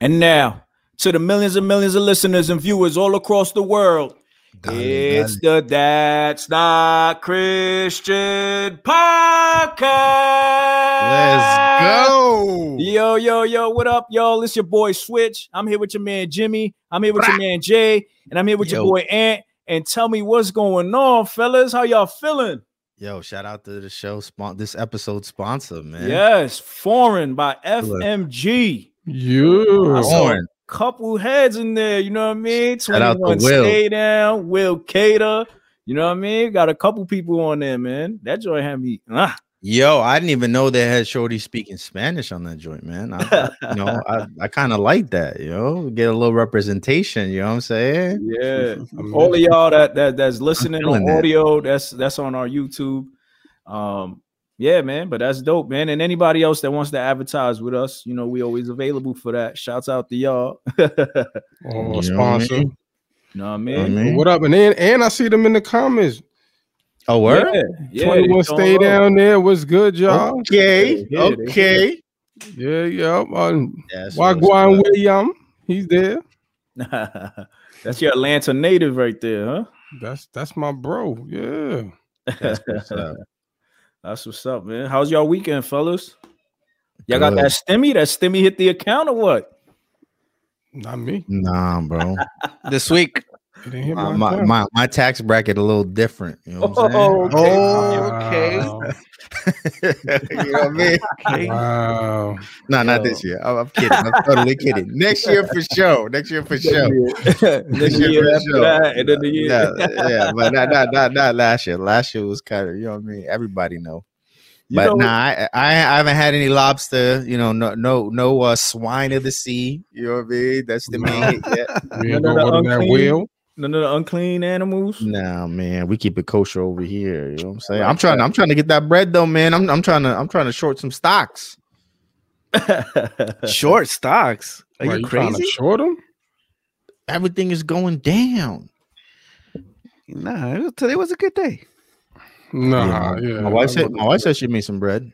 And now, to the millions and millions of listeners and viewers all across the world, it's the That's Not Christian podcast. Let's go. Yo, yo, yo, what up, y'all? It's your boy Switch. I'm here with your man Jimmy. I'm here with your man Jay. And I'm here with your Yo. boy Ant. And tell me what's going on, fellas. How y'all feeling? Yo, shout out to the show spon- this episode sponsor, man. Yes, Foreign by FMG. You I saw Foreign. a couple heads in there, you know what I mean? Shout out to 21 Will. Stay Down, Will Cater. You know what I mean? Got a couple people on there, man. That joint had me. ah. Yo, I didn't even know they had Shorty speaking Spanish on that joint, man. I, I, you know, I, I kind of like that, you know, get a little representation, you know what I'm saying? Yeah. All of y'all that, that that's listening Mm-hmm. feeling on that. audio, that's that's on our YouTube. Um, yeah, man, but that's dope, man. And anybody else that wants to advertise with us, you know, we always available for that. Shouts out to y'all. you know You oh, know what I sponsor. mean? what I You know what I mean? mean? What up? And then and I see them in the comments. Oh, word? Yeah, yeah, they 21 doing well. stay down there. What's good, y'all? Okay. Yeah, they- okay. Yeah, yeah. Um, That's what's Wagwan up. William. He's there. That's your Atlanta native right there, huh? That's that's my bro. Yeah. That's what's up. That's what's up, man. How's y'all weekend, fellas? Y'all got Good. that stimmy? That stimmy hit the account or what? Not me. Nah, bro. this week, It ain't hit my, my, my, account. my, my tax bracket a little different. You know what Oh, I'm saying? okay. Ah. you know what I mean? Wow. Wow. No, not this year. I'm, I'm kidding. I'm totally kidding. Next year for sure. Next year for sure. Next Next year year for after sure. that, and then the year. Yeah, yeah, but not, not not not last year. Last year was kind of you know what I mean. Everybody know, You but know- nah, I, I I haven't had any lobster. You know, no no no uh, swine of the sea. You know what I mean? That's the main hit yet. We ain't None gonna of go the to that unclean. wheel. None of the unclean animals. Nah, man, we keep it kosher over here. You know what I'm saying? I'm trying. I'm trying to get that bread though, man. I'm I'm trying to I'm trying to short some stocks. Short stocks. Are Why, you trying to crazy? short him? Everything is going down. Nah, it was- today was a good day. Nah, yeah. My wife I said know. my wife said she made some bread.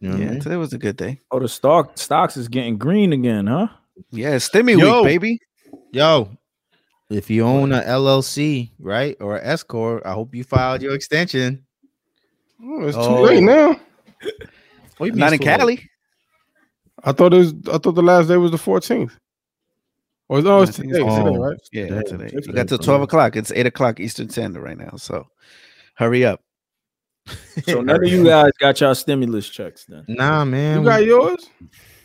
You know what I Yeah, Mm-hmm. mean? today was a good day. oh, the stock stocks is getting green again, huh? Yeah, stimmy Yo. week, baby. Yo, if you own a LLC, right, or an S corp, I hope you filed your extension. Oh, it's too Oh. late now. What do you mean Not it's in too late? Cali. I thought it was, I thought the last day was the 14th. Or no, it's I think today, it's- today, oh. right? Yeah, Today. today. It's You got today, till twelve bro. o'clock. It's eight o'clock Eastern Standard right now. So hurry up. So none of you guys got y'all stimulus checks then. Nah, man. You we- got yours?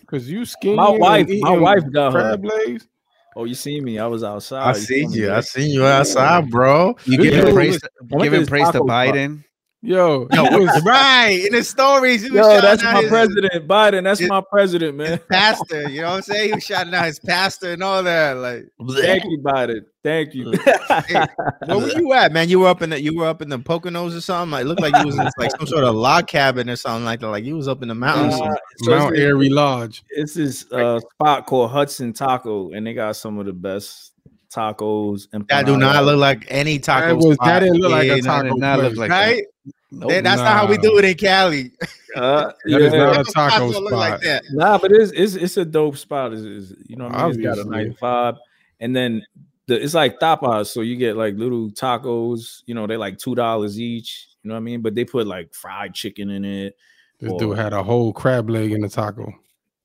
Cause you skinny. My and wife, my eating wife got her. crab legs. Oh, you see me? I was outside. I Ah, You see feel me, you. I right? see you outside, bro. You This giving dude praise was- to, I went to giving this praise to taco spot. Biden. Yo, Yo, it was- right in the stories. He was Yo, shouting that's out my his- president, Biden. That's it- my president, man. His pastor, you know what I'm saying? He was shouting out his pastor and all that. Like, Thank you, Biden. Thank you. where were you at, man? You were up in the you were up in the Poconos or something. Like, looked like you was in like some sort of log cabin or something like that. Like, you was up in the mountains. Uh, so Mount it's, Airy Lodge. it's this uh, spot called Hudson Taco, and they got some of the best tacos. And that do not look like any taco. That was spot that didn't look like in a That taco did not look place. like right? that. Nope. That- that's not how we Nah. do it in Cali. Uh, That is yeah. not- Taco a taco spots don't look like spot. that. Nah, but it's it's, it's a dope spot. Is you know what I mean? It's got a Obviously. nice vibe, and then the, it's like tapas, so you get like little tacos. You know, they like two dollars each. You know what I mean? But they put like fried chicken in it. This Or- dude had a whole crab leg in the taco.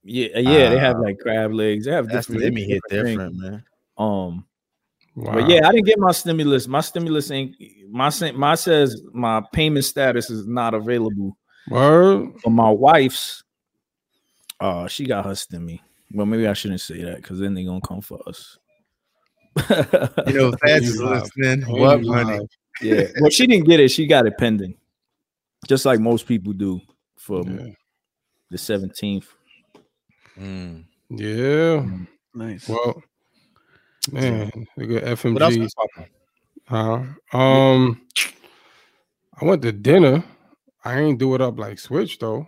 Yeah, yeah, they have Ah. like crab legs. They have That's different. let me hit things. different, man. Um, Wow. But yeah, I didn't get my stimulus. My stimulus ain't my sen- my says my payment status is not available. Word. But my wife's, uh, she got her stimmy. Well, maybe I shouldn't say that because then they gonna come for us. You know, fans is you live. listening. Ain't What you money? live. yeah. Well, she didn't get it. She got it pending, just like most people do for Yeah. the seventeenth. Mm. Yeah. Nice. Well, man, they got What else? FMG. was popping? Huh? Um, I went to dinner. I ain't do it up like Switch though.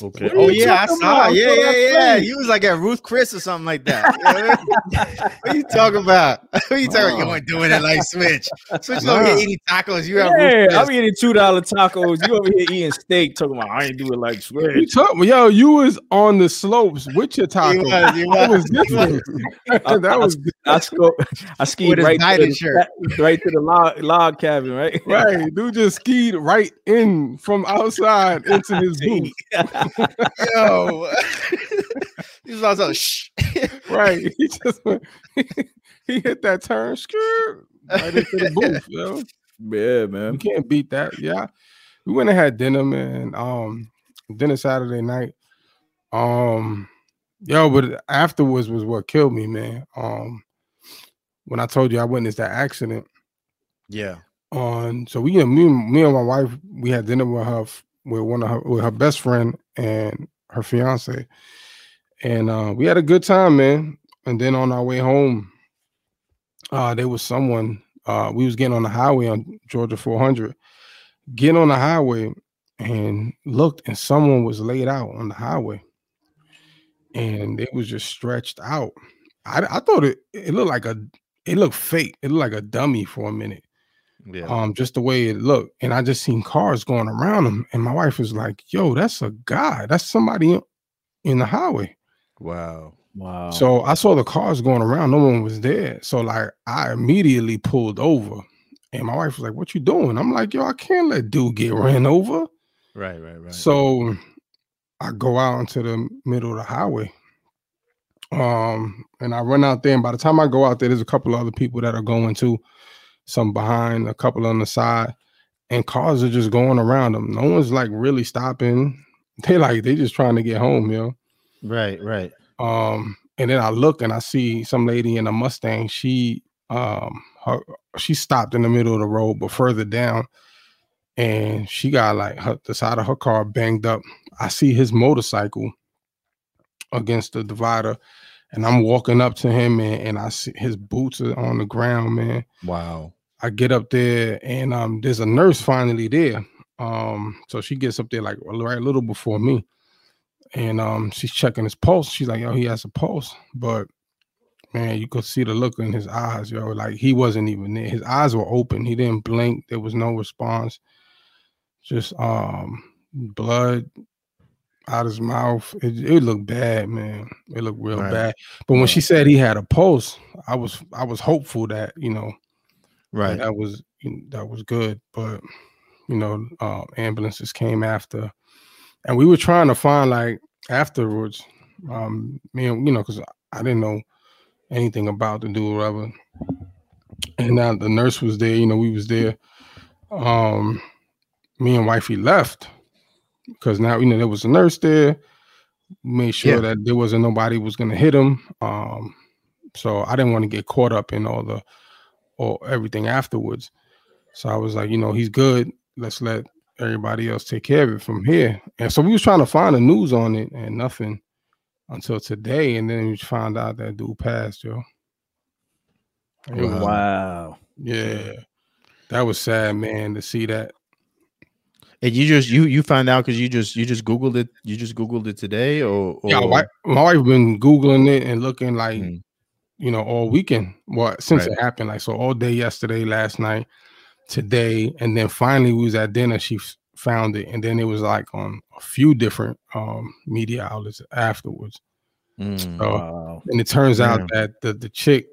Okay. What are Oh you yeah, I talking saw. about? Yeah, That's what yeah, I'm yeah. saying. You was like at Ruth Chris or something like that. You know what I mean? what are you talking about? What are you talking? about? You Oh. ain't doing it like Switch. Switch Nah. over here eating tacos. You have Yeah, Ruth I'm Chris. eating two dollar tacos. You over here eating steak, talking about I ain't do it like You Switch. talking? Yo, you was on the slopes with your You taco. was, you That was was. different. that was I sco- I skied With his right to, Biden the, shirt. right to the log, log cabin, right? right. Dude just skied right in from outside into his booth. Yo, this is also shh. Right. He just went, he hit that turn skirt right into the booth. Yo. yeah, You man. can't beat that. Yeah. We went and had dinner, man. Um, dinner Saturday night. Um, yo, but afterwards was what killed me, man. Um, when I told you I witnessed that accident. Yeah. on so we me and me and my wife we had dinner with her f- with one of her with her best friend and her fiance and uh we had a good time man and then on our way home uh there was someone uh we was getting on the highway on Georgia 400 getting on the highway and looked and someone was laid out on the highway and it was just stretched out I, I thought it it looked like a it looked fake it looked like a dummy for a minute Yeah. um, just the way it looked. And I just seen cars going around him. And my wife was like, yo, that's a guy. That's somebody in- in the highway. wow. Oh, Wow. So I saw the cars going around. No one was there. So like I immediately pulled over. And my wife was like, what you doing? I'm like, yo, I can't let dude get ran over. Right. Right. Right. So I go out into the middle of the highway. Um, and I run out there, and by the time I go out there, there's a couple of other people that are going too, some behind, a couple on the side, and cars are just going around them. No one's like really stopping. They like they just trying to get home, yo. right. Right. Um, and then I look and I see some lady in a Mustang. She um her she stopped in the middle of the road, but further down, and she got like her, the side of her car banged up. I see his motorcycle against the divider, and I'm walking up to him, and, and I see his boots are on the ground, man. Wow. I get up there and um there's a nurse finally there. Um so she gets up there like a li- right a little before me. And um she's checking his pulse. She's like, yo, he has a pulse. But man, you could see the look in his eyes, yo. Like he wasn't even there. His eyes were open. He didn't blink. There was no response. Just um blood out his mouth. It, it looked bad, man. It looked real Right. bad. But when Right. she said he had a pulse, I was I was hopeful that, you know, Right. that was you know, that was good but you know uh, ambulances came after and we were trying to find like afterwards um me and you know because i didn't know anything about the dude or whatever and now the nurse was there you know we was there um me and wifey left because now you know there was a nurse there made sure Yeah. that there wasn't nobody was gonna hit him um so i didn't want to get caught up in all the or everything afterwards so i was like you know he's good let's let everybody else take care of it from here and so we was trying to find the news on it and nothing until today and then we found out that dude passed yo It was- wow. yeah that was sad man to see that And you just you you found out because you just you just googled it you just googled it today or, or Yeah, my, my wife been googling it and looking like Mm. you know all weekend. Well, since Right. it happened, like so all day yesterday, last night, today, and then finally we was at dinner. She f- found it, and then it was like on a few different um media outlets afterwards. Mm. So Wow. and it turns Yeah. out that the the chick,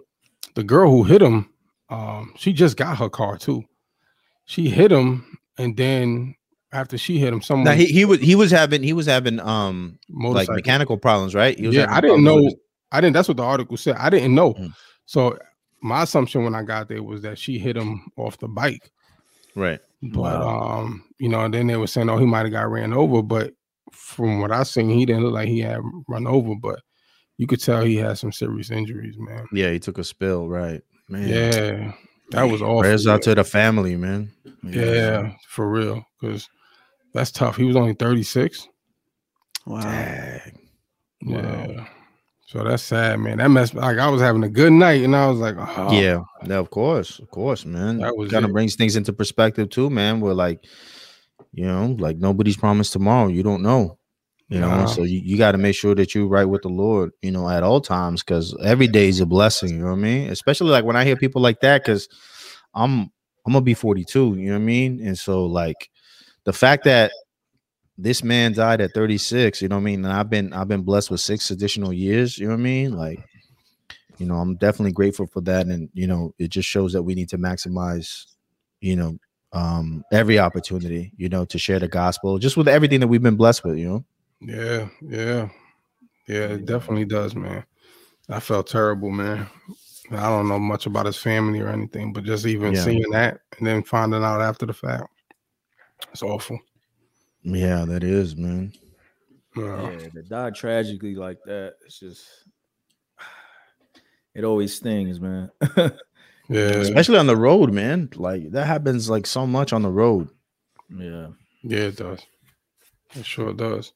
the girl who hit him, um, she just got her car too. She hit him, and then after she hit him, someone now he, he was he was having he was having um like motorcycle- mechanical problems right He was yeah, having I didn't problems with know. his- I didn't. That's what the article said. I didn't know. Mm. So my assumption when I got there was that she hit him off the bike. right But Wow. um, you know, then they were saying, oh, he might have got ran over. But from what I seen, he didn't look like he had run over. But you could tell he had some serious injuries, man. yeah he took a spill right man Yeah, that was awful. prayers out man. to the family man yeah, for real, because that's tough. He was only thirty six. Wow. Dang. Wow. Yeah. So that's sad, man. That messed like I was having a good night, and I was like, oh, yeah no, of course of course man That was kind of it. brings things into perspective too man where like you know like nobody's promised tomorrow you don't know You know, Nah. so you, you got to make sure that you're right with the Lord, you know, at all times, because every day is a blessing. You know what I mean? Especially like when I hear people like that, because I'm I'm gonna be 42. You know what I mean? And so like the fact that this man died at 36. You know what I mean? And I've been I've been blessed with six additional years. You know what I mean? Like, you know, I'm definitely grateful for that, and you know, it just shows that we need to maximize, you know, um every opportunity, you know, to share the gospel, just with everything that we've been blessed with. You know. Yeah, yeah, yeah. It definitely does, man. I felt terrible, man. I don't know much about his family or anything, but just even Yeah. seeing that and then finding out after the fact, it's awful. Yeah, that is, man. Yeah. Yeah, to die tragically like that, it's just it always stings, man. yeah. Especially on the road, man. Like that happens like so much on the road. yeah. Yeah, it does. It sure does.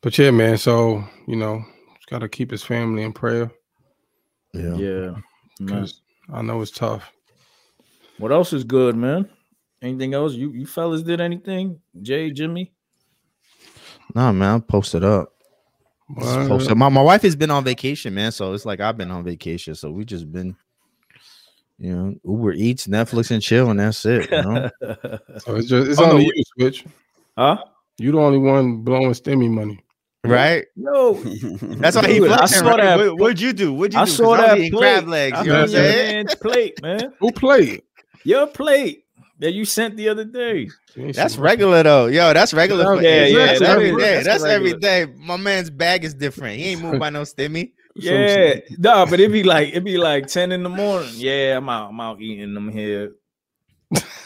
But yeah, man. So you know, just gotta keep his family in prayer Yeah. yeah. man. because I know it's tough. What else is good, man? Anything else? You you fellas did anything? Jay, Jimmy? Nah, man. I'll post it up. Just post But, it. My my wife has been on vacation, man. So it's like I've been on vacation. So we just been, you know, Uber Eats, Netflix, and chill, and that's it. You know? so it's just it's Oh, no, only we- you, Switch. huh? You the only one blowing stimmy money. right? Yo, That's why he Dude, I flexing, saw right? that- What, would you do? What'd you I do? 'Cause saw I'm that eating plate. crab legs. I You know what I'm saw your saying? man's plate, man. Who played? Your plate that you sent the other day. That's regular though. Yo, that's regular. Yeah, for- Oh, yeah, yeah, That's that's every regular. day. That's That's every regular. day. My man's bag is different. He ain't moved by no stimmy. what I'm Yeah, saying. nah, but it'd be like it'd be like ten in the morning. Yeah, I'm out. I'm out eating them here,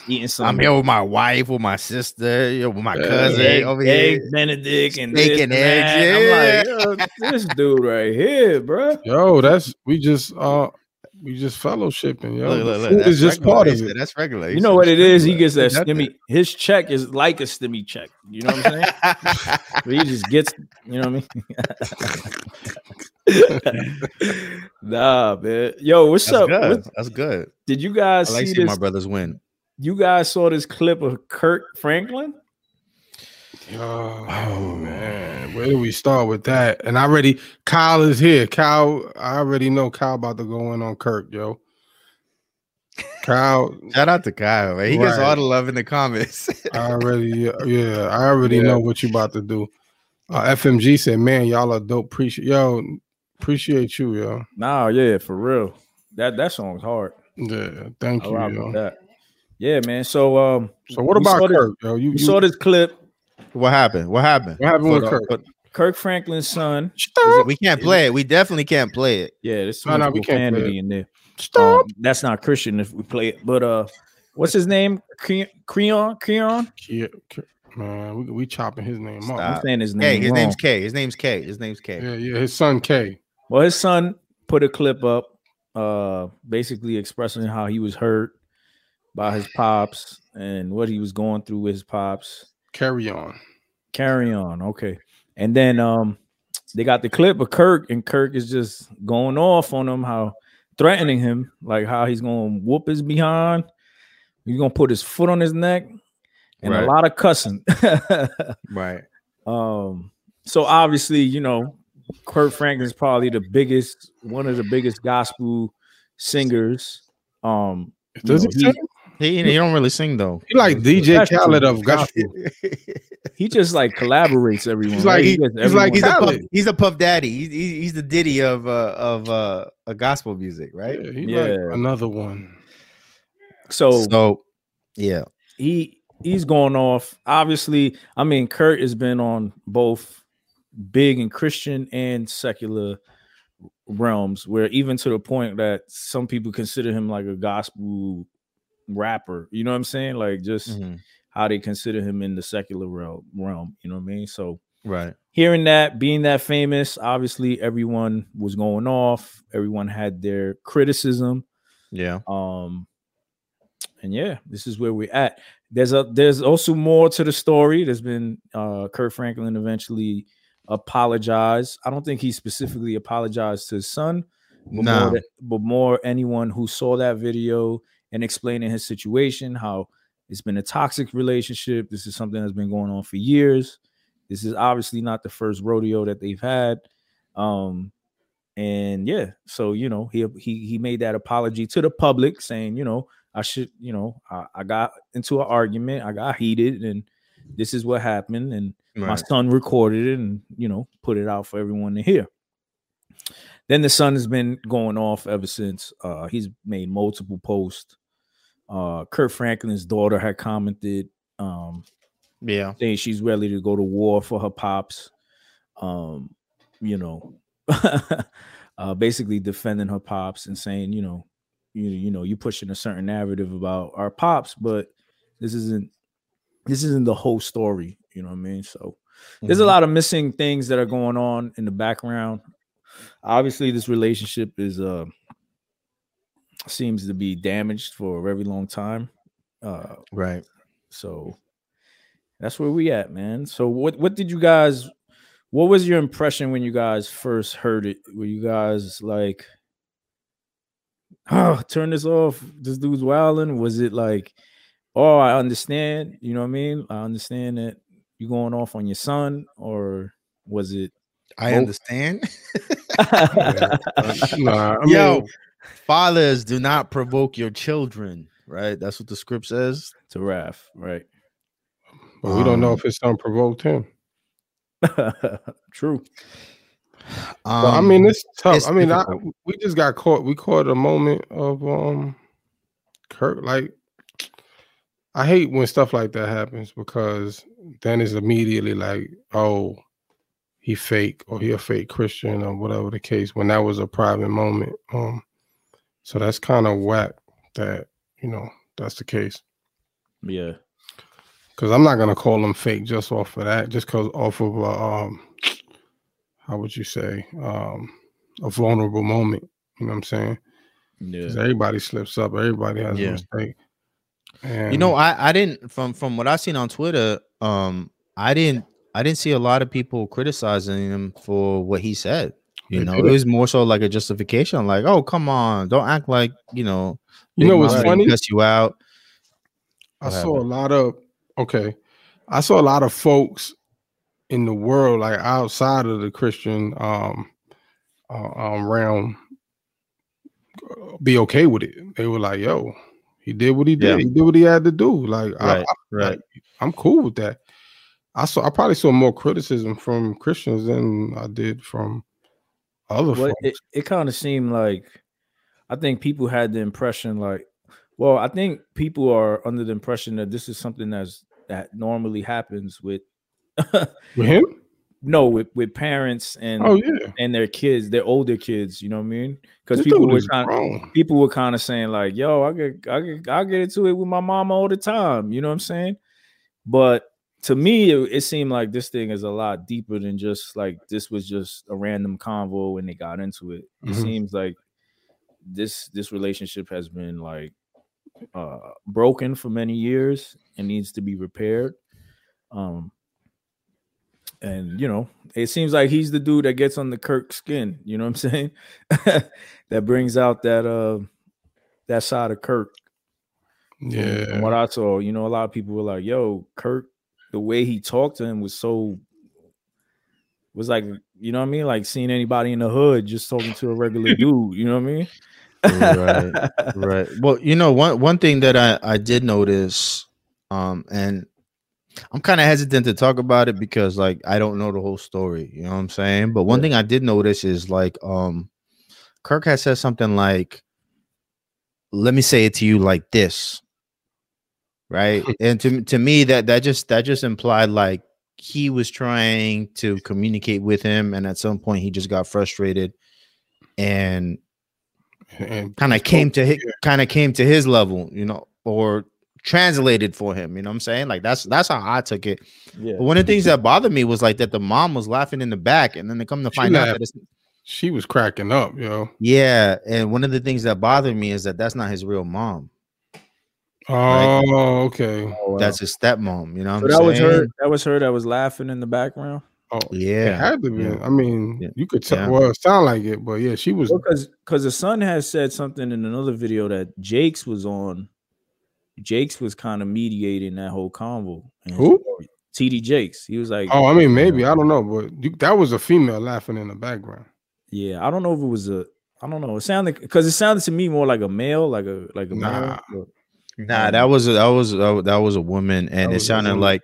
eating some. I'm here with my wife, with my sister, you know, with my Yeah. cousin egg, over egg here. Benedict and Steak this and and eggs, that. I'm like, yo, this dude right here, bro. Yo, that's we just uh we just fellowshipping, yo. Look, look, look, The food that's is just regular. part He of said it. That's regular. He You said know what it that's is? He regular. gets that He got stimmy. His check is like a stimmy check. You know what I'm saying? But he just gets, you know what I mean? nah, man. Yo, what's That's up? good. What- That's good. did you guys I like see seeing my this? brothers win. You guys saw this clip of Kirk Franklin? Yo, oh man, where do we start with that? And I already Kyle is here. Kyle, I already know Kyle about to go in on Kirk, yo. Kyle, Shout out to Kyle. Man. He gets Right. all the love in the comments. I already yeah, I already Yeah. know what you about to do. Uh, FMG said, "Man, y'all are dope. Appreciate yo, appreciate you, yo. Nah, yeah, for real. That that song's hard. Yeah, thank I you, rock yo. with that. Yeah, man. So um So what We about saw this- Kirk, yo? You, we you saw this clip. what happened? What happened? what happened with But, uh, Kirk? but- Kirk Franklin's son. is it- we can't play it. We definitely can't play it. Yeah, there's too No, much no, we can't play profanity in there. Um, that's not Christian if we play it. But uh what's his name? Creon Creon? Yeah, Kirk- man, we, we chopping his name up. I'm Stop. saying his name. Hey, his wrong. name's K. His name's K. His name's K. Yeah, yeah, his son K. Well, his son put a clip up, uh, basically expressing how he was hurt by his pops and what he was going through with his pops. Carry on. Carry on, okay. And then um, they got the clip of Kirk, and Kirk is just going off on him, how threatening him, like how he's gonna whoop his behind, he's gonna put his foot on his neck, and Right. a lot of cussing. Right. Um, so obviously, you know, Kurt Franklin's probably the biggest, one of the biggest gospel singers. Um, Does No, he, sing? He, he don't really sing though. he like DJ That's true. Khaled of gospel? he just like collaborates everyone. He's right? like- He gets he's everyone. like- he's a puff, Khaled. he's a puff daddy. He's, he's, he's the Diddy of uh, of uh, uh, gospel music, Yeah, right? he like Yeah. another one. so So yeah, he he's going off. Obviously, I mean, Kurt has been on both big and Christian and secular realms, where even to the point that some people consider him like a gospel rapper. You know what I'm saying? Like just. Mm-hmm. how they consider him in the secular realm, realm you know what I mean? So right. hearing that, being that famous, obviously everyone was going off, everyone had their criticism. Yeah. Um and yeah, this is where we're at. There's a there's also more to the story. There's been uh Kurt Franklin eventually apologized. I don't think he specifically apologized to his son, but, Nah. more, that- but more anyone who saw that video and explaining his situation, how it's been a toxic relationship. This is something that's been going on for years. This is obviously not the first rodeo that they've had. Um, and yeah, so you know, he he he made that apology to the public, saying, you know, I should, you know, I, I got into an argument, I got heated, and this is what happened, and my Right. son recorded it and you know put it out for everyone to hear then the son has been going off ever since uh he's made multiple posts uh kurt franklin's daughter had commented um Yeah. saying she's ready to go to war for her pops um you know uh basically defending her pops and saying you know you you know you pushing a certain narrative about our pops but this isn't this isn't the whole story you know what i mean so there's Mm-hmm. a lot of missing things that are going on in the background obviously this relationship is uh seems to be damaged for a very long time uh Right. so that's where we at, man. So what what did you guys what was your impression when you guys first heard it? Were you guys like oh turn this off? This dude's wilding? Was it like oh I understand, you know what I mean? I understand that you going off on your son, or was it I Nope. understand. Uh, Nah, I Yo, mean, fathers, do not provoke your children. Right. That's what the script says. to Raph, right? but we don't know um, if his son provoked him. True. Um, But, I mean, it's tough. it's I mean, I, difficult. we just got caught. We caught a moment of um, Kirk. Like, I hate when stuff like that happens because then it's immediately like, oh, he fake or he a fake Christian or whatever the case. When that was a private moment, um, so that's kind of whack. That you know that's the case. Yeah. Cause I'm not gonna call him fake just off of that, just cause off of uh, um, how would you say, um, a vulnerable moment. You know what I'm saying? 'Cause Yeah. everybody slips up, everybody has Yeah. a mistake. And you know, I, I didn't from from what I seen on Twitter, um, I didn't I didn't see a lot of people criticizing him for what he said. You Oh, They know, it didn't. was more so like a justification, like, oh come on, don't act like you know, you Big know what's Mama funny? cussed you out. I What saw a lot of okay. I saw a lot of folks in the world, like outside of the Christian um, uh, um realm, uh, be okay with it. They were like, "Yo, he did what he did. Yeah. He did what he had to do." Like, I, Right, right. I'm cool with that. I saw I probably saw more criticism from Christians than I did from other Well, folks. it, it kind of seemed like I think people had the impression like, well, I think people are under the impression that this is something that's that normally happens with with him? no with, with parents and Oh yeah. and their kids, their older kids, you know what I mean? Because This people dude were is kind grown. people were kind of saying like, "Yo, I get, I get, I get into it with my mama all the time." You know what I'm saying? But to me, it, it seemed like this thing is a lot deeper than just like this was just a random convo and they got into it. It Mhm. seems like this this relationship has been like uh broken for many years and needs to be repaired. Um, and you know, it seems like he's the dude that gets on the Kirk skin. You know what I'm saying? that brings out that uh that side of Kirk. From Yeah. what I saw, you know, a lot of people were like, "Yo, Kirk, the way he talked to him was so." Was like, you know what I mean? Like seeing anybody in the hood just talking to a regular dude, you know what I mean? Right. right well you know one one thing that i i did notice um and i'm kind of hesitant to talk about it because like i don't know the whole story you know what i'm saying but one Yeah. thing i did notice is like um kirk had said something like let me say it to you like this right and to to me that that just that just implied like he was trying to communicate with him and at some point he just got frustrated and And kind of came to his yeah. kind of came to his level, you know, or translated for him. You know what I'm saying? Like that's that's how I took it. Yeah. But one of the things that bothered me was like that the mom was laughing in the back, and then they come to She find out that laughed. it's she was cracking up, yo. yeah. And one of the things that bothered me is that that's not his real mom. Oh, Right. okay. Oh, wow. That's his stepmom. You know so what that I'm was saying? her. That was her that was laughing in the background. Oh, It Yeah. had to be. yeah. I mean, Yeah. you could tell. Yeah. Well, it sound like it, but yeah, she was. because because the son has said something in another video that Jake's was on. Jake's was kind of mediating that whole convo. and- Who? TD Jakes. He was like, Oh, I mean, maybe I don't know, but you, that was a female laughing in the background. yeah, I don't know if it was a, I don't know. It sounded because it sounded to me more like a male, like a like a Nah. male. Nah, that was a, that was a, that was a woman, and it was a sounded woman. like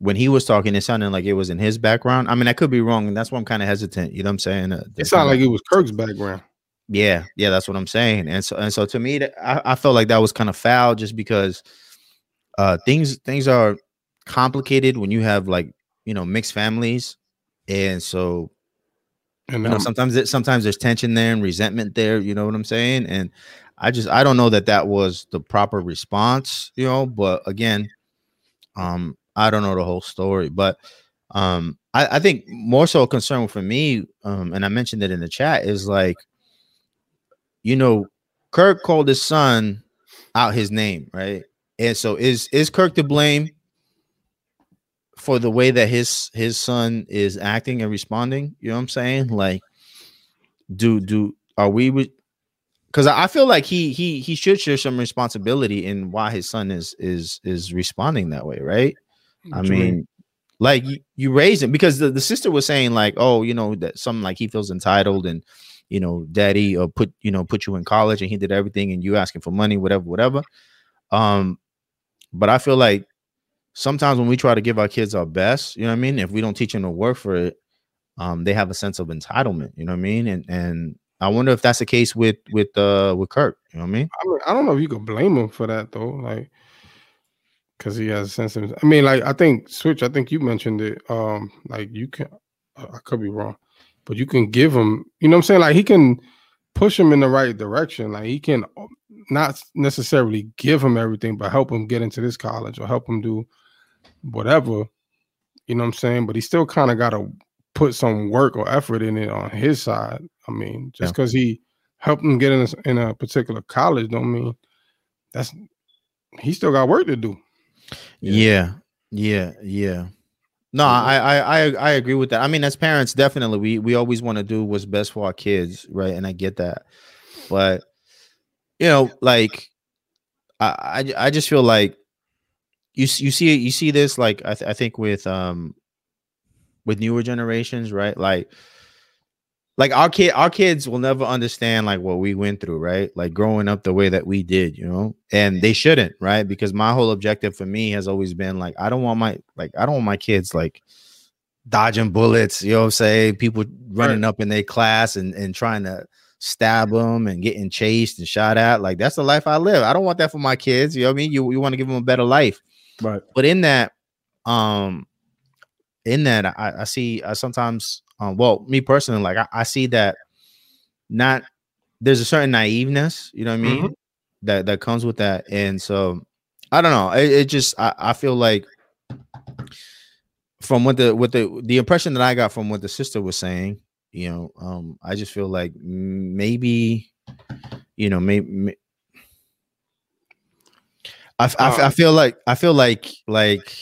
when he was talking, it sounded like it was in his background. I mean, I could be wrong, and that's why I'm kind of hesitant. You know what I'm saying? Uh, It to sounded kinda- like it was Kirk's background. yeah, yeah, that's what I'm saying. And so, and so to me, that- I, I felt like that was kind of foul, just because uh, things things are complicated when you have like you know mixed families, and so And you know um, sometimes it, sometimes there's tension there and resentment there you know what i'm saying and i just i don't know that that was the proper response you know but again um i don't know the whole story but um i, I think more so a concern for me um and i mentioned it in the chat is like you know kirk called his son out his name right and so is is kirk to blame for the way that his his son is acting and responding. You know what I'm saying? Like, do do are we? Because I I feel like he he he should share some responsibility in why his son is is is responding that way, right? I what you mean? mean, like you, you raised him because the, the sister was saying like, oh, you know that something like he feels entitled and you know daddy uh, put you know put you in college and he did everything and you asking for money whatever whatever. Um, but I feel like sometimes when we try to give our kids our best, you know what I mean. If we don't teach them to work for it, um, they have a sense of entitlement. You know what I mean. And and I wonder if that's the case with with uh with Kirk. You know what I mean. I, mean, I don't know if you could blame him for that though, like because he has a sense of. I mean, like I think Switch. I think you mentioned it. Um, like you can, I I could be wrong, but you can give him. You know what I'm saying? Like he can push him in the right direction. Like he can uh, not necessarily give him everything, but help him get into this college or help him do whatever. You know what I'm saying? But he still kind of got to put some work or effort in it on his side. I mean, just because he helped him get in a, s- in a particular college don't mean that's he still got work to do. Yeah. Yeah. Yeah. No, I, I I I agree with that. I mean, as parents, definitely we we always want to do what's best for our kids, right? And I get that. But you know, like I I, I just feel like you s- you see you see this like I, th- I think with um with newer generations, right? Like like our kid our kids will never understand like what we went through right like growing up the way that we did you know and they shouldn't right because my whole objective for me has always been like i don't want my like i don't want my kids like dodging bullets you know what i'm saying people running up in their class and and trying to stab them and getting chased and shot at like that's the life i live i don't want that for my kids you know what i mean you, you want to give them a better life Right. but in that um in that i, I see i sometimes um well me personally like I, I see that not there's a certain naiveness you know what i mean that that comes with that and so i don't know it, it just I, I feel like from what the what the the impression that i got from what the sister was saying you know um i just feel like m- maybe you know maybe I, f- I f- I Um, feel like I feel like like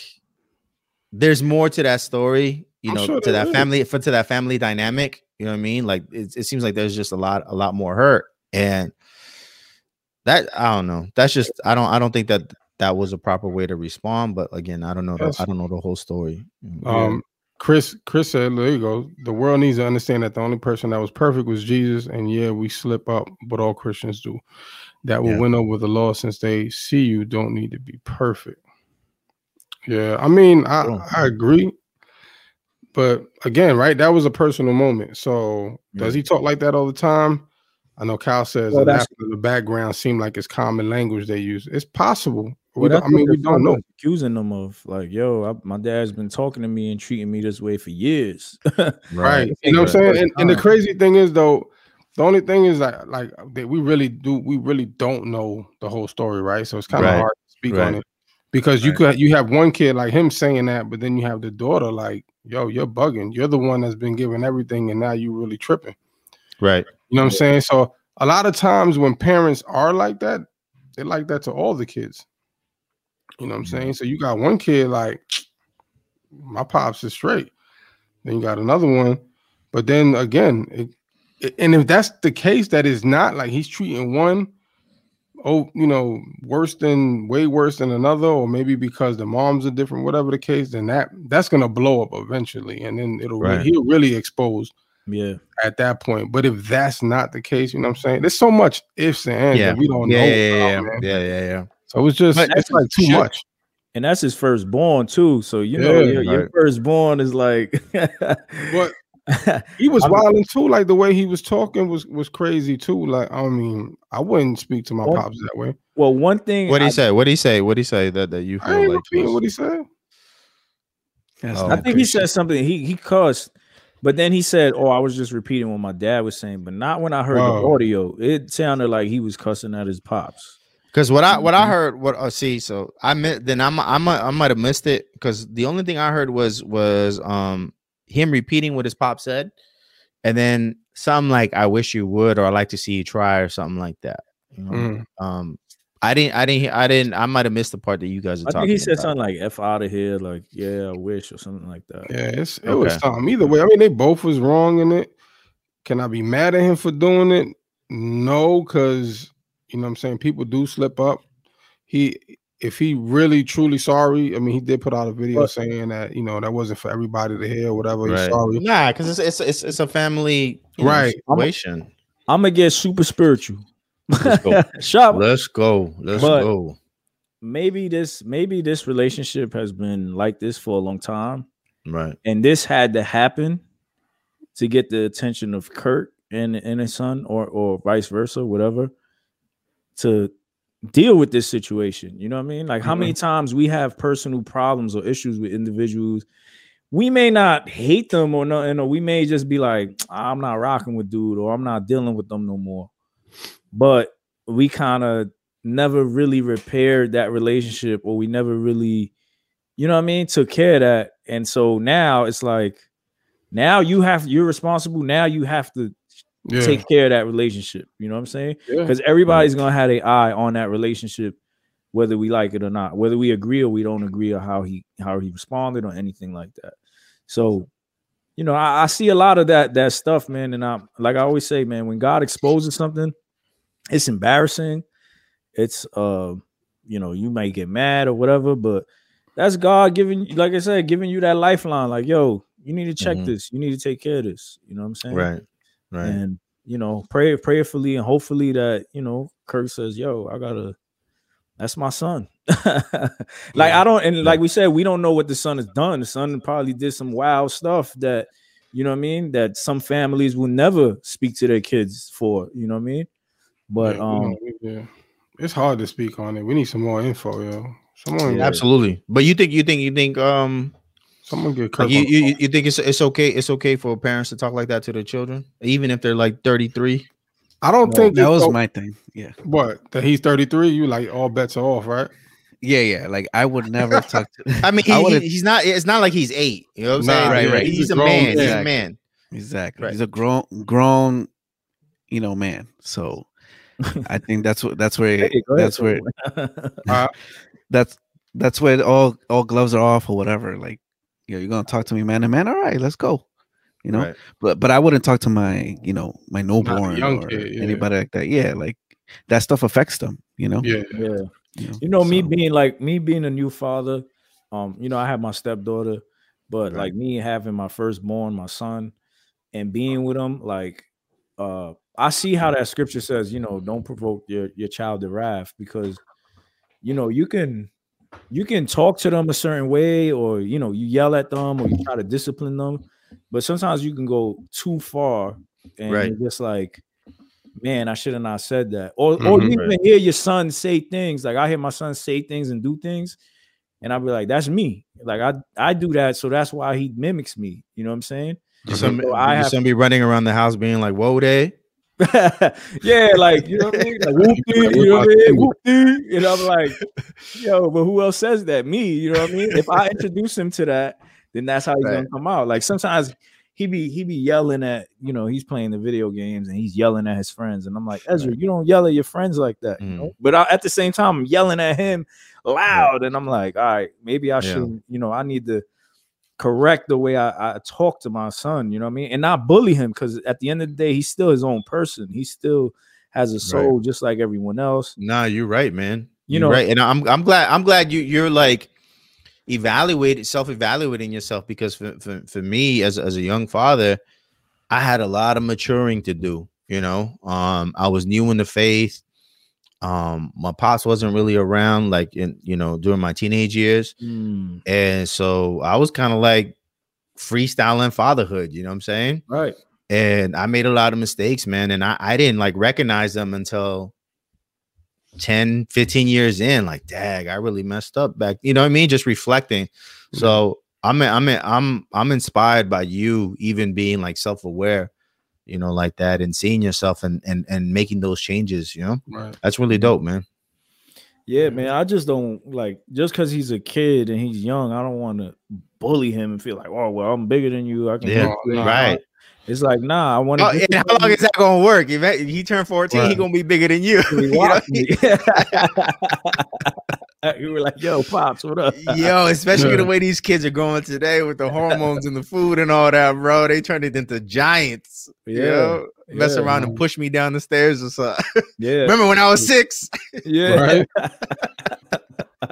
there's more to that story, you I'm know, sure to there that is. family for to that family dynamic. You know what I mean? Like it, it seems like there's just a lot a lot more hurt, and that I don't know. That's just I don't I don't think that that was a proper way to respond. But again, I don't know. The, Yes. I don't know the whole story. Mm, Um, Chris, Chris said, "There you go. The world needs to understand that the only person that was perfect was Jesus, and yeah, we slip up, but all Christians do. That will Yeah. win over the law since they see you don't need to be perfect." Yeah, I mean, I, Sure. I agree, but again, right? That was a personal moment. So does he talk like that all the time? I know Kyle says Well, the that's- laughter in the background seemed like it's common language they use. It's possible. We Well, don't, I that's what mean, we the don't son know. was Accusing them of like, yo, I, my dad's been talking to me and treating me this way for years. right you know what i'm Right. saying and, and the Right. crazy thing is though the only thing is that like that we really do we really don't know the whole story right so it's kind of Right. hard to speak on Right. it because you could you have one kid like him saying that but then you have the daughter like yo you're bugging you're the one that's been given everything and now you really tripping Right. you know what i'm saying so a lot of times when parents are like that they're like that to all the kids you know what i'm saying so you got one kid like my pops is straight. Then you got another one, but then again, it, and if that's the case, that is not like he's treating one oh, you know, worse than way worse than another, or maybe because the moms are different, whatever the case, then that that's gonna blow up eventually, and then it'll re- Right. he'll really expose Yeah. at that point. But if that's not the case, you know what I'm saying? There's so much ifs and ands Yeah. that we don't yeah, know. yeah, about, yeah, Oh, man. yeah, yeah, yeah. So it's just But it's like too shit. much. And that's his firstborn too. So you know Yeah, your, your right. firstborn is like But he was wilding too. Like the way he was talking was was crazy too. Like I mean, I wouldn't speak to my What? pops that way. well one thing What I, he say? What he say? What he say that that you I feel ain't like? repeating was- what he said. That's Oh, I not think he appreciated. said something he he cussed, but then he said, Oh, I was just repeating what my dad was saying, but not when I heard the Wow. audio. It sounded like he was cussing at his pops. Because what I what I heard what oh, see so I meant then I'm I'm I might have missed it because the only thing I heard was was um him repeating what his pop said, and then some like I wish you would or I like to see you try or something like that. you know? Mm. Um, I didn't I didn't I didn't I might have missed the part that you guys are I talking. think he said about. something like F out of here, like, yeah, I wish or something like that. Yeah, it's, it Okay. was time. Either way, I mean, they both was wrong in it. Can I be mad at him for doing it? No, because you know what I'm saying people do slip up. He if he really truly sorry, I mean he did put out a video But- saying that you know that wasn't for everybody to hear, whatever. He's Right. Oh, sorry. Nah, because it's, it's it's it's a family you know, Right. situation. I'm gonna get super spiritual. Let's go. Shop. Let's go. Let's Oh. But- go. Maybe this maybe this relationship has been like this for a long time. Right. and this had to happen to get the attention of Kurt and and his son, or or vice versa, whatever, to deal with this situation. You know what I mean? Like how many times we have personal problems or issues with individuals. We may not hate them or nothing, or we may just be like, I'm not rocking with dude, or I'm not dealing with them no more. But we kind of never really repaired that relationship, or we never really you know what I mean? Took care of that. And so now it's like now you have you're responsible. Now you have to Yeah, take care of that relationship. You know what I'm saying? yeah. Because everybody's gonna have their eye on that relationship, whether we like it or not, whether we agree or we don't agree or how he how he responded or anything like that. So you know, I, I see a lot of that that stuff, man. And I like I always say, man, when God exposes something, it's embarrassing. It's uh, you know, you might get mad or whatever, but that's God giving you, like I said, giving you that lifeline. Like, yo, you need to check Mm-hmm. Mhm. this, you need to take care of this. You know what I'm saying? Right. Right. and you know pray prayerfully and hopefully that you know kirk says yo i gotta that's my son like i don't and like we said we don't know what the son has done the son probably did some wild stuff that you know what i mean that some families will never speak to their kids for you know what i mean but Yeah, we um don't- yeah. it's hard to speak on it. We need some more info, yo. Someone, Yeah. Absolutely. But you think you think you think um someone get like Kirk you, on the you you think it's it's okay it's okay for parents to talk like that to their children even if they're like 33 phone. I don't think that was my. my thing. Yeah. What that he's 33, you like all bets are off, right? Yeah, yeah. Like I would never have talked to i mean I he, he- would've- he's not it's not like he's eight you know what i'm Nah, saying Right, Like, right. he's, he's a grown, man he's a exactly. man Exactly. Right. He's a grown grown, you know, man. So I think that's what that's where Hey, go ahead, that's where Kirk. that's that's where it all all gloves are off or whatever. Like, you know, you're gonna talk to me, man to man. All right, let's go. You know, Right. but but I wouldn't talk to my you know my newborn young or kid, yeah. anybody like that. Yeah, like that stuff affects them. You know. Yeah, yeah You know, You know, me so- being like me being a new father, um, you know, I have my stepdaughter, but Right. like me having my firstborn, my son, and being with him, like uh I see how that scripture says, you know, don't provoke your, your child to wrath because you know you can you can talk to them a certain way, or you know, you yell at them or you try to discipline them, but sometimes you can go too far and Right. you're just like man, I should have not said that. Or, or you Mhm. even hear your son say things like I hear my son say things and do things, and I'll be like, that's me. Like I I do that, so that's why he mimics me. You know what I'm saying? Your son- So I your have- son be running around the house being like whoa day yeah, like you know what I mean. Like, whoop-dee, you know what I mean? Whoop-dee. And I'm like, yo, but who else says that? Me. You know what I mean? If I introduce him to that, then that's how he's gonna Right. come out. Like sometimes. He be he be yelling at you know he's playing the video games and he's yelling at his friends and I'm like Ezra you don't yell at your friends like that you Mm. know? but I, at the same time I'm yelling at him loud and I'm like all right maybe I Yeah. should you know I need to correct the way I, I talk to my son, you know what I mean? And not bully him because at the end of the day, he's still his own person. He still has a soul just like everyone else. Nah, you're right, man. You You're know- right, and I'm I'm glad I'm glad you you're like evaluated self evaluating yourself because for, for for me as as a young father, I had a lot of maturing to do. You know, um, I was new in the faith. Um, my pops wasn't really around, like in you know during my teenage years, Hmm, Mm, and so I was kind of like freestyling fatherhood. You know what I'm saying? right. and I made a lot of mistakes, man. And I, I didn't like recognize them until 10, 15 years in. Like, dag, I really messed up back. You know what I mean? Just reflecting. So I'm I'm I'm I'm inspired by you even being like self-aware, you know, like that and seeing yourself and and and making those changes, you know. Right. That's really dope, man. Yeah, Yeah. man. I just don't like just because he's a kid and he's young. I don't want to bully him and feel like, oh well, I'm bigger than you. I can. Yeah, help you," and right. all. It's like, nah. I want Oh, and how long is that gonna work? If that- he turned 14, he Right. gonna be bigger than you. You know? you were like, yo, pops, what up? Yo, especially Yeah. the way these kids are going today with the hormones and the food and all that, bro. They turned it into giants. Yeah. You know? Mess yeah, around man. and push me down the stairs or something. Yeah, Remember when I was six? yeah. Right.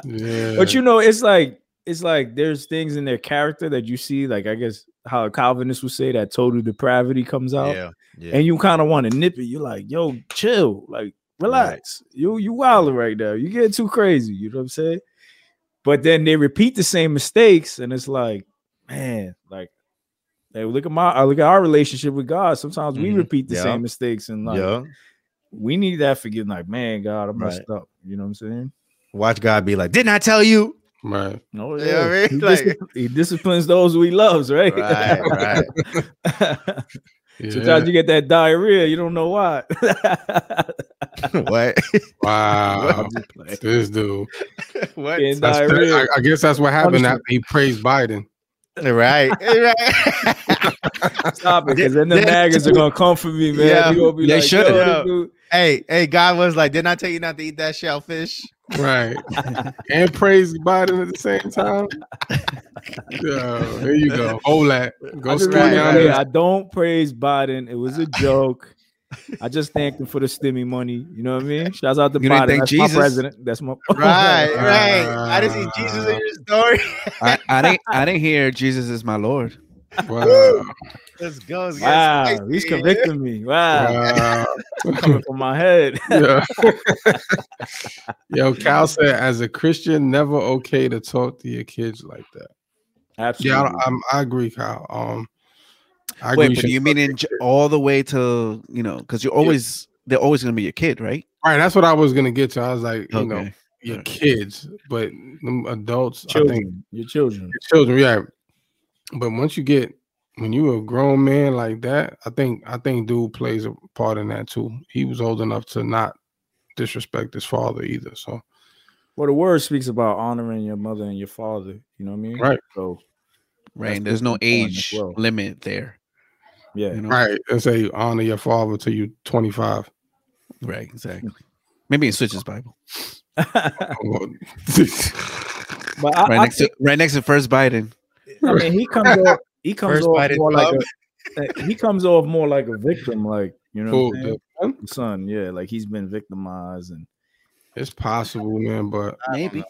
yeah. But you know, it's like it's like there's things in their character that you see, like I guess how a Calvinist would say that total depravity comes out, Yeah. and you kind of want to nip it. You're like, yo, chill, like relax. You you wilding right now. You getting too crazy. You know what I'm saying? But then they repeat the same mistakes, and it's like, man, like. Hey, look at my uh, look at our relationship with God. Sometimes we Mhm. repeat the Yeah. same mistakes, and like yeah. we need that forgiveness. Like, man, God, I messed up. You know what I'm saying? Watch God be like, didn't I tell you? right. No, You know what I mean? He, Like- discipl- he disciplines those who he loves, right? Right, right. Sometimes Yeah. you get that diarrhea, you don't know why. what? Wow. this dude. what? Getting That's diarrhea. I, I guess that's what happened Punishment. after he praised Biden. Right. right. Stop it, because then the Yeah. maggots are gonna come for me, man. Yeah, They gonna be they like, should. "Yo, Yeah. dude." hey, hey, God was like, didn't I tell you not to eat that shellfish? Right. and praise Biden at the same time. Yeah, there you go. Olat. I Go just straight wanna down say, there. I don't praise Biden. It was a joke. I just thanked him for the stimmy money. You know what I mean? Shouts out to You didn't Biden. thank That's Jesus? my president. That's my Right, right. I didn't see Jesus in your story. I, I didn't I didn't hear Jesus is my Lord. Wow. Let's go. Let's get Wow, spicy. he's convicting me. Wow, wow. coming from my head. Yeah. Yo, Cal said, as a Christian, never okay to talk to your kids like that. Absolutely. Yeah, I, I'm, I agree, Kyle. Um, I Wait, agree but should- do you mean in, j- all the way to you know because you're always they're always gonna be your kid, right? right? That's what I was gonna get to. I was like, you Okay. know, your Alright. kids, but them adults, I think children, your children. children, yeah. But once you get when you a grown man like that, I think I think dude plays a part in that too. He was old enough to not disrespect his father either. So Well, the word speaks about honoring your mother and your father. You know what I mean? Right. So Right. That's And there's no important as age well. limit there. yeah, You know? right, and say you honor your father till you 25. Right, exactly. Maybe in Switch's Bible. but I, Right I next to right next to first Biden. think- I mean, he comes off. He comes First off bite is more like love. a, eh, he comes off more like a victim, like you know, Cool, what I'm saying? son. Yeah, like he's been victimized and it's possible, man. But Maybe.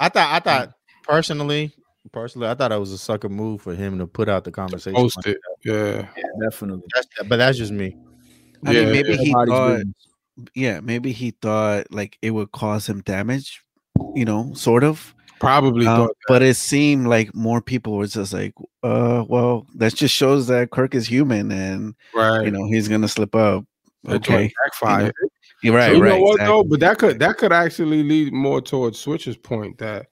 I thought I thought personally, personally, I thought it was a sucker move for him to put out the conversation. post it, yeah, definitely. That's, but that's just me. I Yeah, mean maybe he Everybody's thought business. yeah, maybe he thought like it would cause him damage, you know, sort of. probably. Um, thought but it seemed like more people were just like, uh, well, that just shows that Kirk is human and Right. you know he's gonna slip up. That joint Okay. backfired. You're right, So you right. know what exactly. though? But that could that could actually lead more towards Switch's point that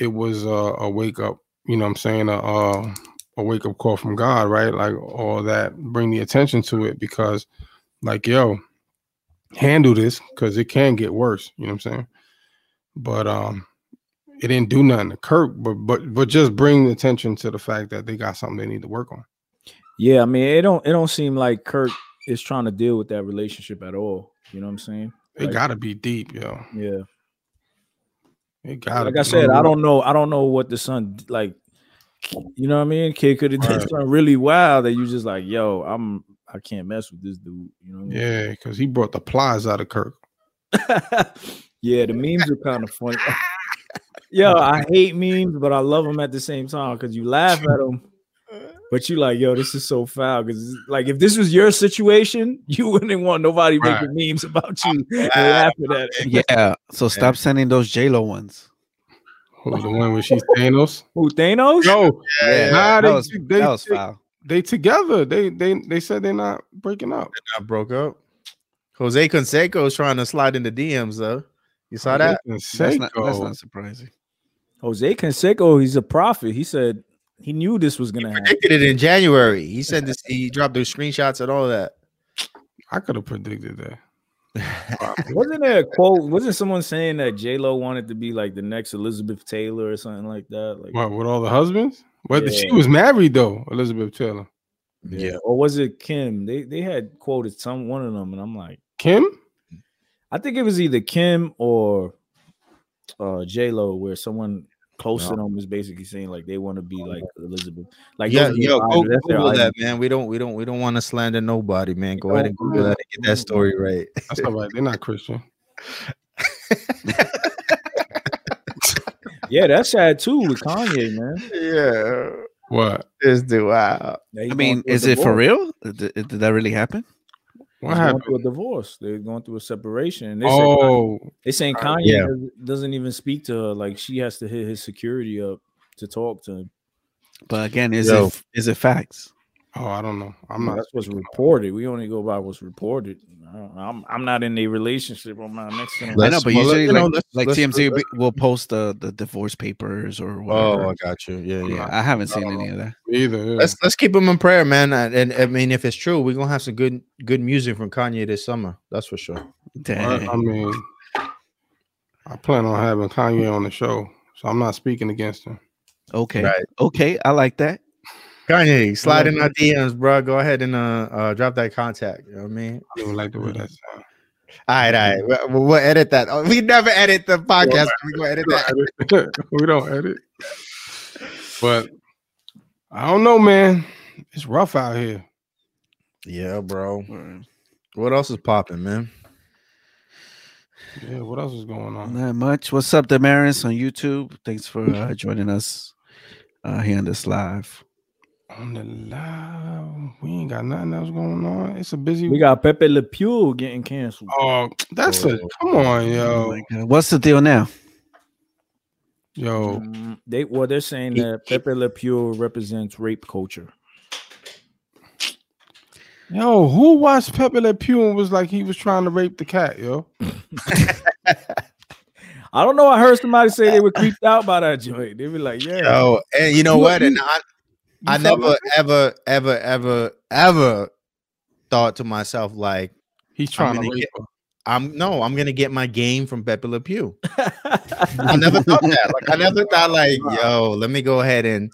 it was uh, a wake up. You know, what I'm saying a uh, a wake up call from God, right? Like all that bring the attention to it because, like, yo, handle this because it can get worse. You know what I'm saying? But um, it didn't do nothing to Kirk, but but but just bring the attention to the fact that they got something they need to work on. Yeah, I mean, it don't it don't seem like Kirk is trying to deal with that relationship at all. You know what I'm saying? It Right. gotta be deep, yo. Yeah. It gotta. like be I said, I don't know. I don't know what the son like. You know what I mean? Kid could have done Right. something really wild that you just like, yo, I'm I can't mess with this dude. You know. Yeah, because he brought the plies out of Kirk. Yeah. yeah. The memes are kind of funny. yo, I hate memes, but I love them at the same time because you laugh at them, but you like, yo, this is so foul. Because like, if this was your situation, you wouldn't want nobody Right. making memes about you and laughing at it. Yeah. So stop sending those J Lo ones. Who was the one where she's Thanos? Who Thanos? No, Yeah, nah, they, that was, they, that was they- foul. they together. They they they said they're not breaking up. I broke up. Jose Canseco's trying to slide into DMs though. You saw that? That's That's not, that's not surprising. Jose Canseco, he's a prophet. He said he knew this was gonna happen. Predicted it in January. He said this. He dropped the screenshots and all that. I could have predicted that. Wasn't there a quote? Wasn't someone saying that J Lo wanted to be like the next Elizabeth Taylor or something like that? Like, What with all the husbands? Well, Yeah. she was married though, Elizabeth Taylor. Yeah. or was it Kim? They they had quoted some one of them, and I'm like, Kim? I think it was either Kim or uh J Lo, where someone close to them was basically saying like they want to be like Elizabeth. Like, yeah, those are their yo, go idols. That's their Google idol. that, man. We don't, we don't, we don't want to slander nobody, man. Go ahead and Google that and get that story right. That's all right. They're not Christian. Yeah, that's sad too with Kanye, man. yeah, What? this dude. Wow. That he's I going mean, through a is it for divorce. real? Did, did that really happen? What He's going happened? through a divorce. They're going through a separation. They said Oh, They saying Uh, Kanye yeah. doesn't, doesn't even speak to her. Like she has to hit his security up to talk to him. But again, is Yo. it is it facts? oh, I don't know. I'm not. That's what's reported. We only go by what's reported. I don't- I'm I'm not in a relationship. I'm not next to him. I know, Let's- but well, let- usually you know, like, let's- like let's- TMZ let's- will post the, the divorce papers or whatever. Oh, I got you. Yeah, yeah. yeah, I haven't seen Oh. any of that. Me either. yeah. Let's let's keep him in prayer, man. And, and I mean, if it's true, we're gonna have some good good music from Kanye this summer. That's for sure. Dang. I, I mean, I plan on having Kanye on the show, so I'm not speaking against him. Okay. Right. Okay. I like that. Kanye, slide in our DMs, bro. Go ahead and uh, uh drop that contact. You know what I mean? I don't even like the way that sounds. All right, all right. We'll, we'll edit that. Oh, we never edit the podcast. We gonna edit that. we don't edit. But I don't know, man. It's rough out here. Yeah, bro. Or- What else is popping, man? Yeah, what else is going on? Not much. What's up, Damaris on YouTube? Thanks for uh, joining us uh, here on this live. On the live, we ain't got nothing else going on. It's a busy. We got Pepe Le Pew getting canceled. Oh, that's a come on, Oh yo, my God. What's the deal now? yo. Mm, They well, they're saying that Pepe Le Pew represents rape culture. Yo, who watched Pepe Le Pew and was like he was trying to rape the cat, yo? I don't know. I heard somebody say they were creeped out by that joint. They were like, "Yeah, Oh, and you know what? And I, I You felt never, ever, ever, ever, ever thought to myself like, He's trying to gonna rape get- her. I'm no, I'm gonna get my game from Pepe Le Pew. I never thought that. Like, I never thought like, yo, let me go ahead and,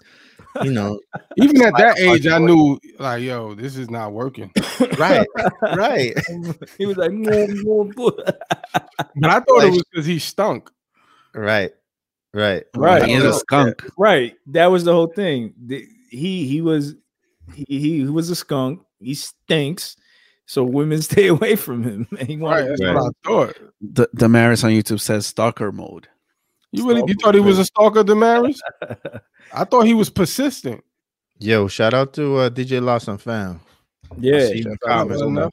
you know, Even at Like, that age, I knew like, yo, this is not working. right, right. he was like, "Mwah, mwah, mwah." But I thought it Like- was because he stunk. Right. Right. Right. He is a Yeah. skunk. Right. That was the whole thing. The- he he was he, he was a skunk. He stinks. So women stay away from him. And he Right, wanted that's Right. what I thought. D- Damaris on YouTube says stalker mode. You really you thought he was a stalker, Damaris? I thought he was persistent. Yo, shout out to uh, DJ Lost and Fam. I yeah. see the that was comments, enough. man.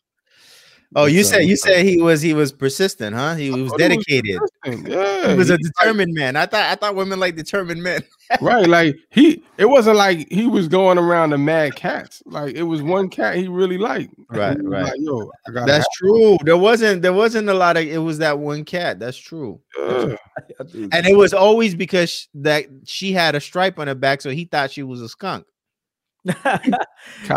Oh, you It's, said um, you said he was he was persistent, huh? Oh, He was thought he was dedicated. persistent, Yeah, He was he- a determined man. I thought I thought women like determined men. right. Like he, it wasn't like he was going around the mad cats. Like it was one cat he really liked. Right, He was right. Like, yo, I got That's true. There wasn't there wasn't a lot of it was that one cat. That's true. And it was always because sh- that she had a stripe on her back, so he thought she was a skunk. Kyle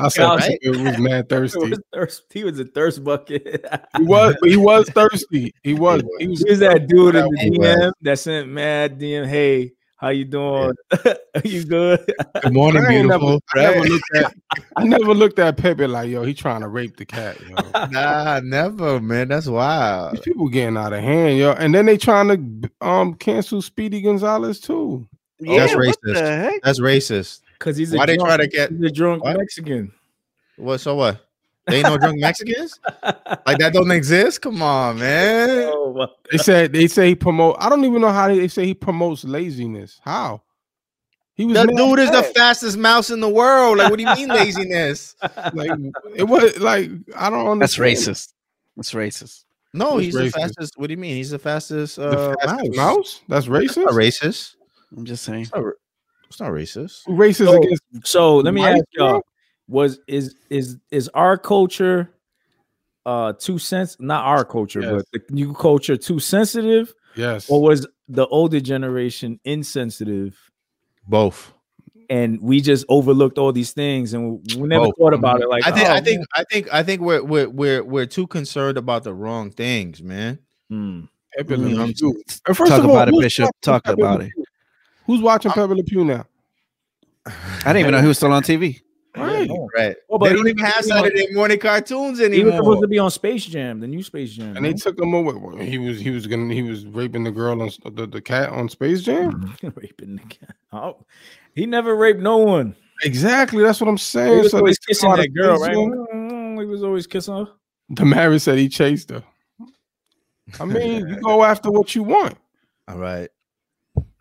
said Kyle said- it was mad He thirsty. was thirst- he was a thirst bucket. He was, but he was thirsty. He was. He was. he was that dude in the He was. DM that sent mad DM. Hey, how you doing? Are you good? Good morning, I, ain't never, I never Right? looked at. I never looked at Pepe like, yo, he trying to rape the cat. Yo. Nah, never, man. That's These wild. people getting out of hand, yo. And then they trying to um cancel Speedy Gonzalez too. That's what racist. the heck? That's racist. Because he's a Why they drunk, try to get he's a drunk What? Mexican. what? So what? They ain't no drunk Mexicans. Like that don't exist. Come on, man. Oh, my- They said they say he promote. I don't even know how they, they say he promotes laziness. How? He was That mad dude is the fast. fastest mouse in the world. Like, what do you mean laziness? like it was like I don't understand. That's racist. That's racist. No, He's he's racist. the fastest. What do you mean? He's the fastest, The uh, fastest mouse. mouse? That's It's not racist. racist. I'm just saying. It's not, ra- it's not racist. Racist So- against So let me White ask y'all: people? Was is is is our culture uh too sense? Not our culture, Yes. but the new culture too sensitive, yes. or was the older generation insensitive? Both. And we just overlooked all these things, and we never Both. Mm-hmm. thought about it. Like I think. oh, I think. I think. I think we're we're we're we're too concerned about the wrong things, man. man, hmm. Pepe Le you know, Pew. And first Mm, Talk of all, about it, who's Bishop. watching Talk Pepe Le about it. Pew? Who's Uh, watching Pepe Le Pew now? I didn't even know he was still on TV. Right. Right. Well, they Oh, but don't even have he was- Saturday morning cartoons he was supposed anymore. to be on Space Jam, the new Space Jam. And they took him away. Well, He was he was gonna he was raping the girl on s- the, the cat on Space Mm. Jam. right? raping the cat. Oh, he never raped no one. Exactly. That's what I'm He saying. was So they always took him kissing out of that girl, Space right? Jam. Mm, He was always kissing her. Damaris said he chased her. I mean, you go after what you want. All right.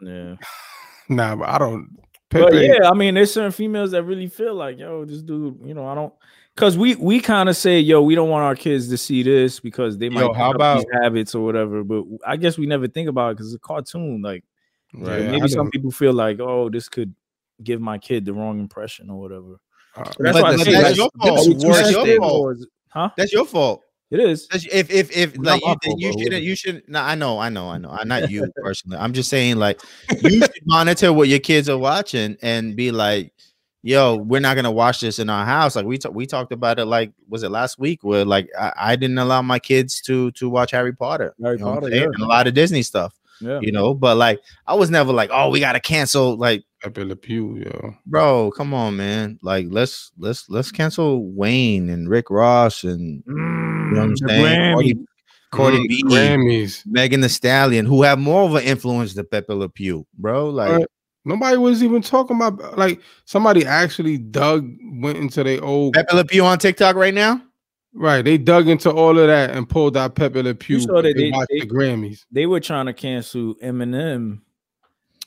Yeah. Nah, but I don't. But Pepe- yeah, I mean, there's certain females that really feel like, yo, this dude, you know, I don't, because we we kind of say, yo, we don't want our kids to see this because they might Yo, how pick up these about- habits or whatever. But I guess we never think about it because it's a cartoon. Like Right. I maybe some know. people feel like, oh, this could give my kid the wrong impression or whatever. Uh, That's but why I that's say that's- that's your Are fault. we too That's your sensitive fault. or is- Huh? That's your fault. It is. That's- If if if Not like my you, fault, you bro. shouldn't you should no I know I know I know I'm not you personally I'm just saying like you should monitor what your kids are watching and be like yo we're not gonna watch this in our house like we ta- we talked about it like was it last week where like I, I didn't allow my kids to to watch Harry Potter, Harry you know what I'm Potter, saying? yeah. and a lot of Disney stuff Yeah. you know but like I was never like oh we gotta cancel like Pepe Le Pew, yo. bro come on man like let's let's let's cancel Wayne and Rick Ross and you know what I'm Mm, The saying Cardi- Grammy. Cardi Mm, B. Mm-hmm. Grammys. Megan the Stallion, who have more of an influence than Pepe Le Pew, bro. Like, Right. Nobody was even talking about like somebody actually dug went into their old Pepe Le Pew on TikTok right now. right. They dug into all of that and pulled out Pepe Le Pew. saw that and they- watched they- the Grammys. they were trying to cancel Eminem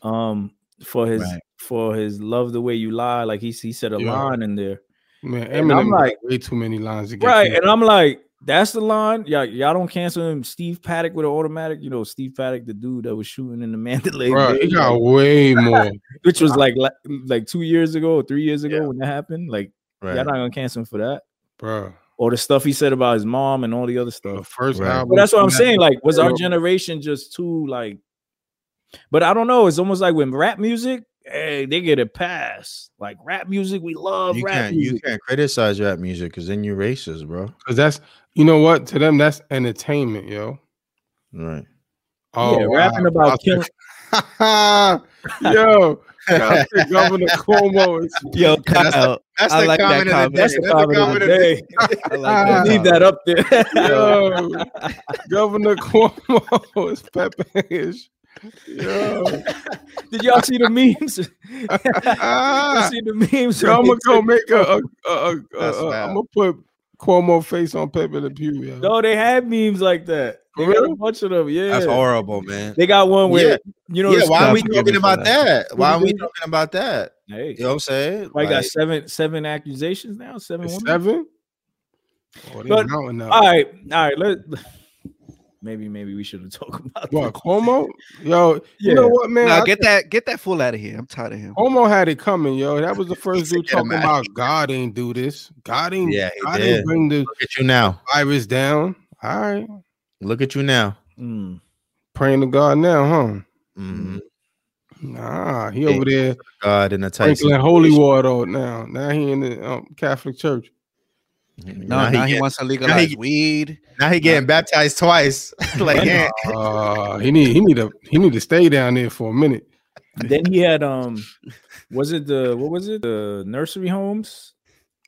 um for his Right. for his love the way you lie like he he said a Yeah. line in there Man, And I'm Eminem like- like way too many lines. To get right through. and I'm like that's the line y'all, y'all don't cancel him Steve Paddock with an automatic you know Steve Paddock the dude that was shooting in the Mandalay Bruh, Bay, it got way more. which was like la- like 2 years ago or 3 years ago Yeah. when that happened like Right. y'all not going to cancel him for that Bro, or the stuff he said about his mom and all the other the stuff first Right. album. But that's what I'm she saying. had- Like, was our Yeah. generation just too like? But I don't know. It's almost like when rap music, hey, they get a pass. Like rap music, we love you rap can't you music. can't criticize rap music because then you're racist, bro. Cause that's you know what to them that's entertainment, yo. Right. yeah, rapping Oh, wow. about killing. yo, y'all think Governor Cuomo is Yo, that's Kyle, That's I like comment of that the comment. day. That's the problem of the comment day. I like that. Leave comment. that up there. Yo, Governor Cuomo is Pepe-ish. Yo, Did y'all see the memes? Y'all ah, see the memes? yo, I'm gonna go make a. a, a, a, That's a, a wild. I'm gonna put Cuomo face on Pepe Le Pew. Yo. No, they had memes like that. They For got real? a bunch of them. Yeah, That's horrible, man. they got one where Yeah. you know. Yeah, it's- why are we stop giving talking for about that? Why are we talking about that? Hey, You know what I'm saying? I got Like, seven seven accusations now. Seven women. Seven. Oh, they But- uh, mounting up. All right, all right. Let maybe maybe we should have talked about What that. Cuomo? Yo, Yeah, you know what, man? Now I get that get that fool out of here. I'm tired of him. Cuomo had it coming, yo. That was the first said, dude "Get him talking outta about God ain't do this. God ain't. Yeah, he God did. ain't bring the look at you now. virus down. All right, Look at you now. Mm. praying to God now, huh? Mhm. Nah, he Yeah. over there God in a tight sprinkling holy water now. Now he in the um, Catholic Church. situation. No, now, now, he he get- wants to legalize weed. now he getting baptized twice. like, yeah. Uh, he need he need to he need to stay down there for a minute. Then he had um, was it the what was it the nursery homes?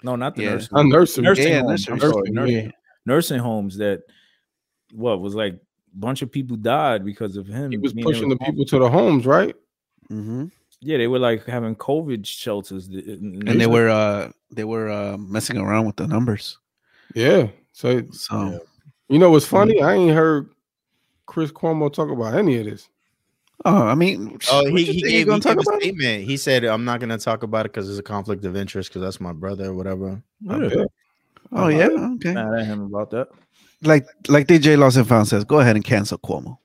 No, not the Yeah. nursery A nursery. Nursing Yeah, home. nursery I'm store, sorry, nursery, nursing- nursing homes that what was like a bunch of people died because of him. He was meaning it pushing the was- people to the homes, right? Mm-hmm. Yeah, they were like having COVID shelters, th- And they were uh they were uh messing around with the numbers. Yeah. So So you know what's funny? I ain't heard Chris Cuomo talk about any of this. oh, I mean, Oh, what he, you he think you gave, gonna he talk gave a about it? statement. He said, "I'm not going to talk about it because it's a conflict of interest because that's my brother or whatever." Yeah. bet. Oh yeah, okay. Mad at him about that. Like like DJ Lawson Found says, go ahead and cancel Cuomo.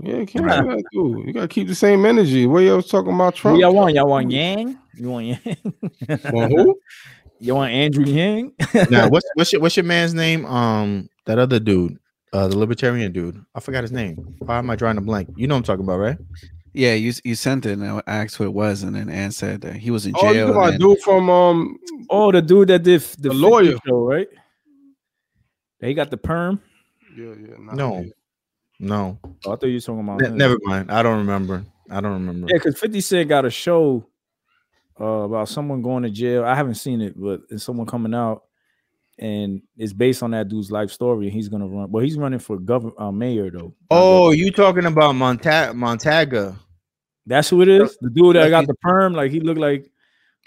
Yeah, you can't do that, dude. You gotta keep the same energy. What y'all was talking about Trump? Y'all want y'all want Yang? You want Yang? Well, who? Oh, you want Andrew Yang? now, what's what's your, what's your man's name? Um, that other dude, uh, the libertarian dude. I forgot his name. Why am I drawing a blank? You know what I'm talking about, right? Yeah, you you sent it, and I asked what it was, and then Ann said that he was in Oh, you jail. talking about and- dude from um Oh, the dude that did f- the, The 50 lawyer. show, right? They got the perm. yeah, yeah, nah, No, yeah. no. Oh, I thought you were talking about Ne- him. never mind. I don't remember. I don't remember. Yeah, because 50 Cent got a show uh, about someone going to jail. I haven't seen it, but it's someone coming out and it's based on that dude's life story. And he's going to run. Well, he's running for governor, uh, mayor, though. Oh, you talking about Monta- Montaga? That's who it is. The dude that Yeah, got he- the perm, like he looked like,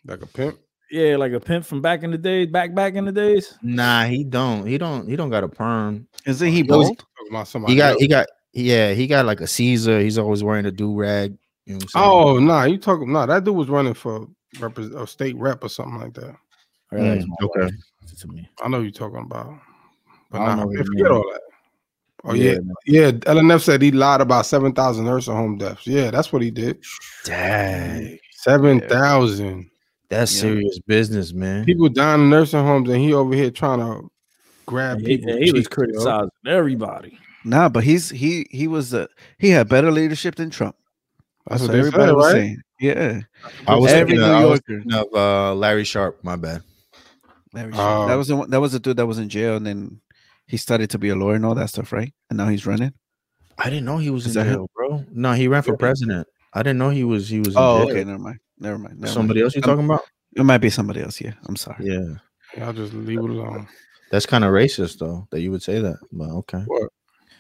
like a pimp. yeah, like a pimp from back in the days, back, back in the days. Nah, he don't. He don't. He don't got a perm. Isn't he He always- bald? Talking about somebody. He got. else. He got. Yeah, he got like a Caesar. He's always wearing a do rag. You know what I'm saying? oh nah, you talking nah, that dude was running for repre- a state rep or something like that. I gotta ask Mm, my okay. wife to me. I know you're talking about. But I don't nah, know man, his forget name. all that. Oh yeah, man. yeah. LNF said he lied about seven thousand nursing home deaths. Yeah, that's what he did. Dang, Seven thousand. that's Yeah. serious business, man. people dying in nursing homes, and he over here trying to grab And He, people. and he was cheeks, yo. criticizing everybody. Nah, but he's he he was uh, he had better leadership than Trump. That's what So they everybody said, was right? saying. Yeah, I was every thinking of, New I was Yorker. thinking of uh, Larry Sharp. My bad. Larry Sharpe. Oh. That was the one, that was the dude that was in jail, and then he started to be a lawyer and all that stuff, right? And now he's running. I didn't know he was Is in that him? jail, bro. No, he ran for president. I didn't know he was. He was. In Oh, jail. okay, never mind, never mind. Never Somebody else you I'm- talking about? mind. It might be somebody else. Yeah, I'm sorry. Yeah, Y'all just leave it alone. that's kind of racist though that you would say that. But okay.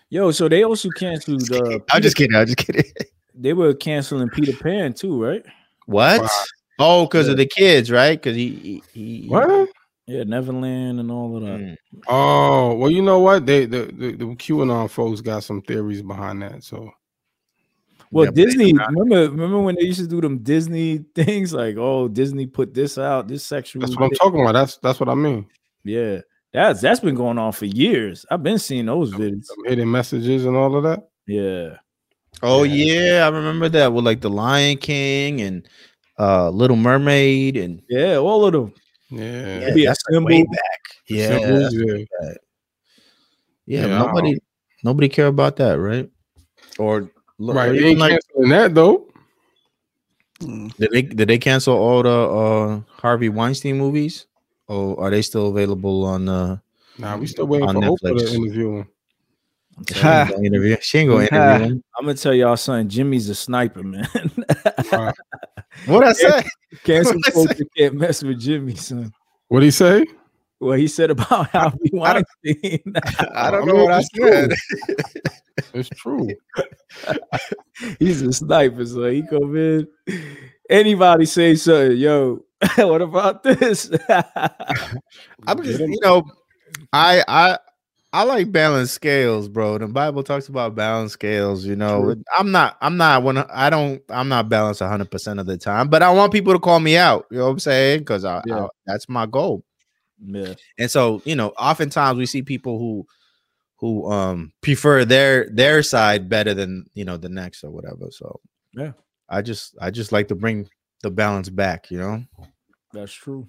Yo, so they also canceled. Uh, I'm just kidding. I'm just kidding. they were canceling Peter Pan too, right? What? Wow. Oh, because of the kids, right? Because he, he, he What? Yeah, Neverland and all of that. Mm. Oh, well, you know what? They the, the the QAnon folks got some theories behind that. So Well, Yeah, but they Disney. not- Remember, remember when they used to do them Disney things like, oh, Disney put this out, this sexual. that's what I'm thing. talking about. That's that's what I mean. Yeah, that's that's been going on for years. I've been seeing those videos. Some hidden messages and all of that. Yeah, Oh yeah, I remember that with like the Lion King and uh Little Mermaid and yeah, all of them. Yeah. Yeah, Maybe a that's like way symbol. back. Yeah, Symbols, yeah. yeah. Yeah, I nobody, nobody care about that, right? Or look, Right. or They even, ain't like canceling that though. Mm. did they did they cancel all the uh Harvey Weinstein movies? Or are they still available on uh Nah, we still waiting On for Oprah Netflix. to interview him. I'm she telling you. ain't gonna interview? She ain't gonna Ah. interview. him. I'm gonna tell y'all, son. Jimmy's a sniper, man. Wow. What I say? Cancel What I culture can't mess with Jimmy, son. What he say? What he said about Harvey I Weinstein. I don't I know mean, what I it's true. said. It's true. He's a sniper, so he come in. Anybody say something, yo. what about this? I'm just, you know, I I I like balanced scales, bro. The Bible talks about balanced scales. You know, True. I'm not, I'm not one. I don't, I'm not balanced 100 percent of the time. But I want people to call me out. You know what I'm saying? Because I, Yeah. I- that's my goal. yeah, And so, you know, oftentimes we see people who who um prefer their their side better than you know the next or whatever. So Yeah. I just I just like to bring the balance back. You know, that's true.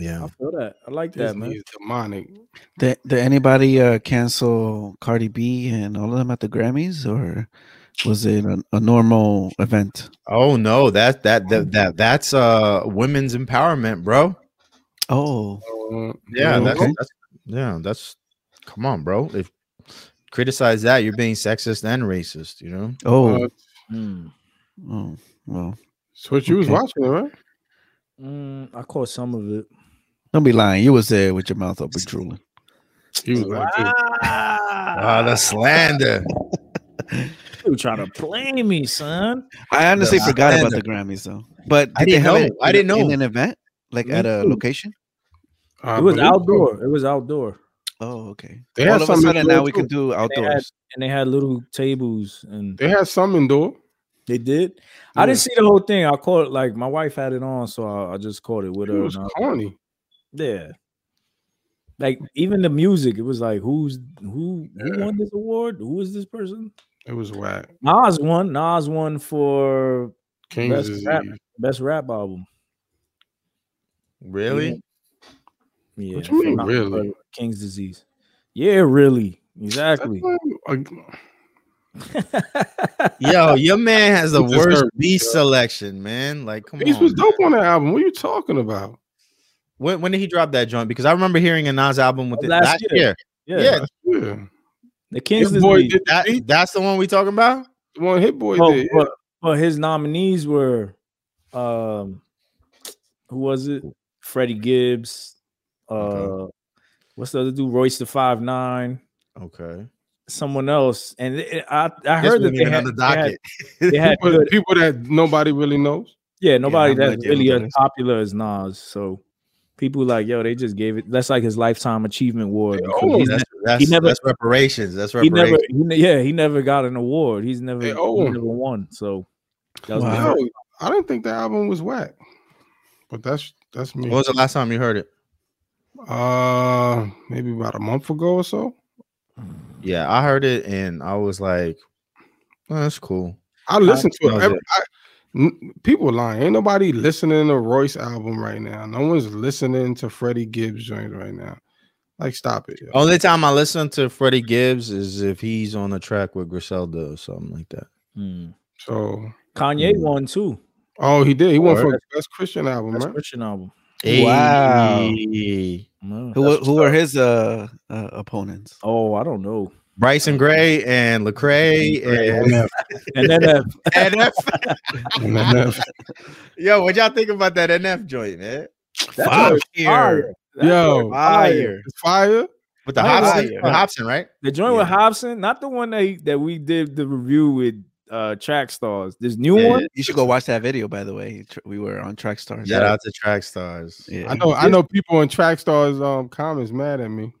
yeah. I feel that. I like that, Disney man. is demonic. uh, Did, did anybody uh, cancel Cardi B and all of them at the Grammys, or was it a, a normal event? Oh no, that that that, that that's uh women's empowerment, bro. Oh, Uh, Yeah, you know, that's, Okay. that's yeah, that's come on, bro. If criticize that, you're being sexist and racist, you know. oh, uh, Hmm. oh, well, so what you was Okay. watching, right? Mm, I caught some of it. don't be lying. You was there with your mouth open, drooling. He was like, dude, Ah, the slander. You trying to play me, son? I honestly The forgot about slander. the Grammys though. But did I they didn't have know. Mm. it I in- didn't know. in an event like Me at a too. location. I it was uh, believe so. outdoor. It was outdoor, Oh, okay. They had All of a some sudden indoor now we too. can do had- outdoors. and they had little tables, and They had some indoor. they did. I didn't Yeah. see the whole thing. I caught it like my wife had it on, so I, I just caught it with It her. was and I- corny. Yeah. Like even the music, it was like who's who who Yeah. won this award? Who is this person? It was whack. Nas won. Nas won for King's Best disease. rap. best rap album. Really? Yeah. What you mean, for- really? for King's disease. Yeah, really. Exactly. Yo, your man has the He deserved worst it, beat yo. selection, man. Like, come These on. was dope man. on that album. What are you talking about? When, when did he drop that joint? Because I remember hearing a Nas album with it Oh, Last last, year. year. yeah. Yeah. Yeah, The King's Hit boy disease. did that. That, that's the one we talking about. One hit boy Oh, did. but, but his nominees were um who was it? Freddie Gibbs. Uh Okay. what's the other dude? Royce the five nine. Okay. someone else, and it- it- I I This heard that wasn't they even had, on the they had- docket. they had People- good- people that nobody really knows. yeah nobody I'm that's with you. really as popular as Nas, so people like yo they just gave it that's like his lifetime achievement award. They because owe him he's that's, ne- that's, never- that's reparations. That's He never, reparations. he ne- yeah, he never got an award. He's never, They he owe him. never won. So that was Uh-huh. Wow. the Yo, I didn't think the album was whack, but that's that's me. What was the last time you heard it? Uh, maybe about a month ago or so. Yeah, I heard it and I was like, oh, that's cool. I listen to that it. was Every, it. I, n- people lying. Ain't nobody listening to Royce album right now. No one's listening to Freddie Gibbs joint right now. Like, stop it. yo. Only time I listen to Freddie Gibbs is if he's on the track with Griselda or something like that. Hmm. So, Kanye Mm. Hmm. won too. oh, he did. He won for Word. best Christian album, That's right? Christian album. Wow. Hey. Yeah. Who who were his uh, uh opponents? Oh, I don't know. Bryson Gray and Lecrae and NF, And then uh, NF. NF. Yo, what y'all think about that NF joint, man? Fire. here. That Yo. joint- Fire. It's Fire. With the Fire. Hobson, the Hobson, right? The joint with Yeah. Hobson, not the one that he, that we did the review with uh track stars. This new Yeah. one, You should go watch that video, by the way. Tr- We were on Track Stars. Shout out to Track Stars. Yeah. I know. I know people in track stars um comments mad at me.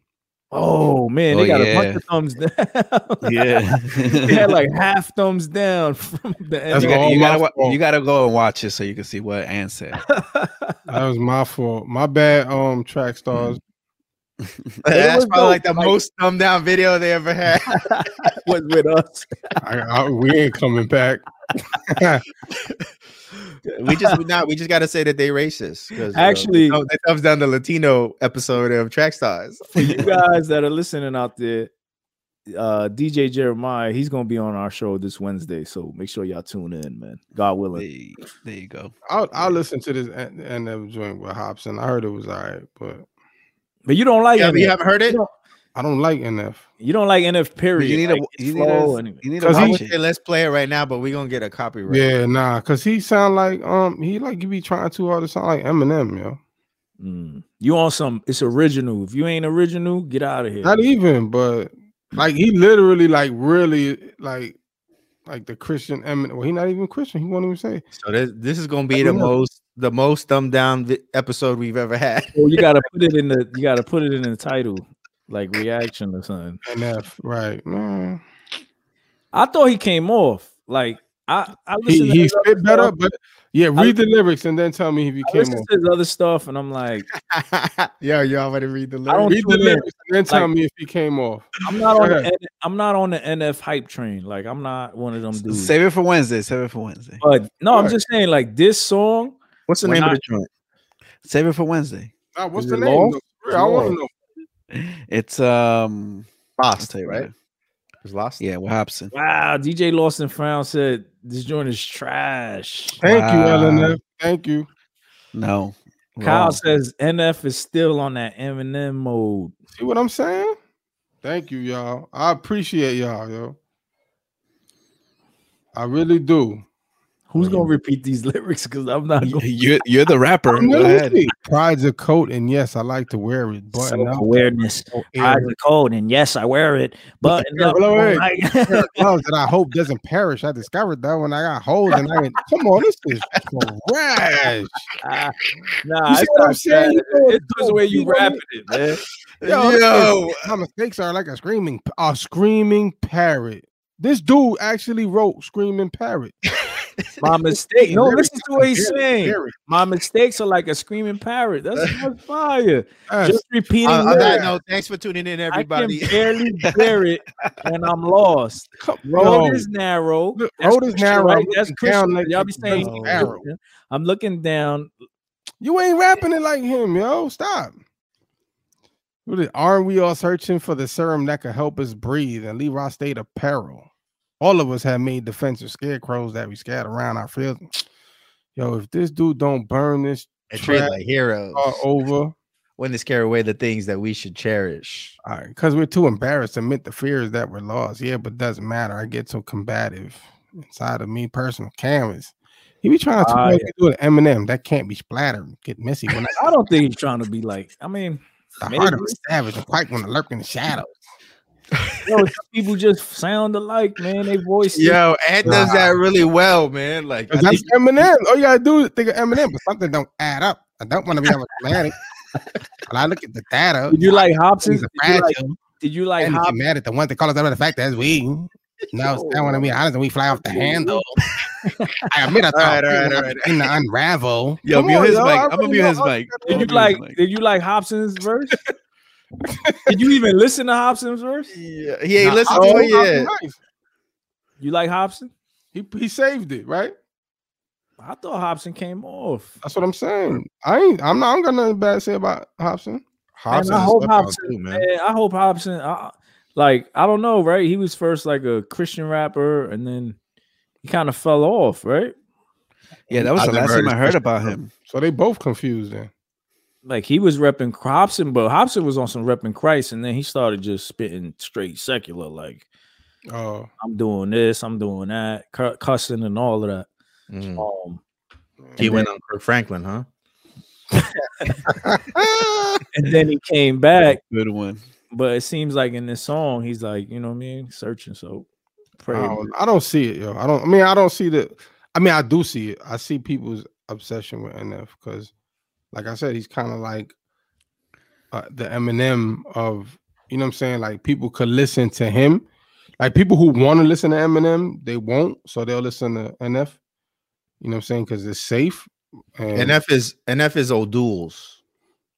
oh man, Oh, they got a yeah. bunch of thumbs down. Yeah. they had like half thumbs down from the end. That's you, of- all gotta, you, my gotta, wa- fault. you gotta go and watch it so you can see what Ann said. That was my fault. My bad. Um, track stars. That's was probably like the dope, like- most thumb down video they ever had. was with us. I, I, we ain't coming back. we just we not we just gotta say that they racist. 'cause, you know, Actually- that that comes down to Latino episode of Track Stars. For you guys that are listening out there, uh DJ Jeremiah, he's gonna be on our show this Wednesday, so make sure y'all tune in, man. God there, willing. you- there you go. I'll I'll listen to this N- NF joint with Hobson. I heard it was alright, but But you don't like Yeah, you NF. haven't heard it? I don't like NF. You don't like NF period. You need, like, a, his you, need flow a, and- you need to 'Cause I he- watch would it. say let's play it right now, but we're gonna get a copyright. Yeah, nah, cause he sound like um he like you be trying too hard to sound like Eminem, yo. Mm. You on some? It's original. If you ain't original, get out of here. Not even, but like he literally like really like like the Christian Eminem. Well, he not even Christian. He won't even say. So this this is gonna be I the don't know. most the most thumb down vi- episode we've ever had. Or you gotta put it in the. You gotta put it in the title, like reaction or something. NF, right? Man, I thought he came off like I. I listened he to he his other spit better, stuff- but yeah, read the lyrics and then tell me if you I came listened on. to his other stuff, and I'm like, Yo, you already read the I don't lyrics. Read the tune in. lyrics and then tell Like- me if he came off. I'm not on. The Okay. N- I'm not on the NF hype train. Like I'm not one of them dudes. Save it for Wednesday. Save it for Wednesday. but no, I'm Right. just saying like this song. What's the When name I- of the joint? Save it for Wednesday. Nah, what's Is the it name? Lost? though? I want to know. It's um I'll Lost, tell you right? right. It was Lost. Yeah, with Hobson. Wow, DJ Lawson Frown said this joint is trash. Thank Wow. you, LNF. Thank you. No. Kyle wrong. says NF is still on that Eminem mode. See what I'm saying? Thank you, y'all. I appreciate y'all, yo. I really do. Who's gonna repeat these lyrics? Because I'm not. Going You're you're the rapper. I'm Go ahead. listening. Pride's a coat, and yes, I like to wear it. But Self-awareness. Oh, I the code, and yes, I wear it. But Oh Yeah, well, wait. gloves that I hope doesn't perish. I discovered that when I got holes, and I went, "Come on, this is trash." nah, You it's see what I'm not saying? bad. You know, It's just the way you you know, rapping it, man. Yo, Yo. my mistakes are like a screaming, a screaming parrot. This dude actually wrote "Screaming Parrot." My mistake. No, Lyrics listen to what he's are saying. parrot. My mistakes are like a screaming parrot. That's that's fire. Yes. Just repeating. On, on that lyrics. note, thanks for tuning in, I can everybody. barely bear it when I'm lost. Come- Road no. is narrow. Look, That's road is Christian, narrow. Right? I'm That's looking down Christian. like Y'all be a saying big arrow. I'm looking down. You ain't rapping it like him, yo. Stop. What is, aren't we all searching for the serum that could help us breathe and leave our state of peril? All of us have made defensive scarecrows that we scared around our fields. Yo, if this dude don't burn this And treat like heroes. car over, When to scare away the things that we should cherish. all right, because we're too embarrassed to admit the fears that were lost. Yeah, but doesn't matter. I get so combative inside of me, personal canvas. He be trying to Ah, tell me to do an Eminem. That can't be splattered. Get messy when I I don't think he's trying to be like. I mean, the Maybe. heart of a savage, a quite one to lurk in the shadows. yo, some people just sound alike, man. They voice. Yo, Ant does does that really well, man. Like, Because that's Eminem. All you gotta do is think of Eminem, but something don't add up. I don't want to be automatic. when I look at the data, Did you like Hobson? things Did are you like, fragile. did you like and Hobson? get mad at the ones that call us out of the fact that it's we. No, it's not want to be honest, and we fly off the handle. I admit I thought right, all right, all right. in the unravel. Yo, Come mute on, his yo, mic. I I'm gonna really mute know his all mic. Did you Mute his like? mic. Did you like Hobson's verse? did you even listen to Hobson's verse? yeah, he ain't Nah, listened I to don't it know yet. how nice. You like Hobson? He, he saved it, right? I thought Hobson came off. That's what I'm saying. I ain't. I'm not. I'm got nothing bad to say about Hobson. Hobson Man, I is hope up out Hobson, too, man. I hope Hobson. I, like I don't know, right? He was first like a Christian rapper, and then he kind of fell off, right? Yeah, that was I the never last heard time I his heard first about album. him. So they both confused then. Like he was repping Hobson, but Hobson was on some repping Christ, and then he started just spitting straight secular, like Oh, I'm doing this, I'm doing that, cu- cussing and all of that. Um, Mm. He went on Kirk Franklin, huh? Oh. and then he came back, Good one. but it seems like in this song, he's like, you know what I mean, searching. So pray. I Oh. don't, I don't see it, yo. I don't. I mean, I don't see the. I mean, I do see it. I see people's obsession with NF because, like I said, he's kind of like uh, the Eminem of. You know what I'm saying? Like people could listen to him. Like people who want to listen to Eminem, they won't, so they'll listen to NF. You know what I'm saying? Because it's safe. And, NF is NF is O'Doul's.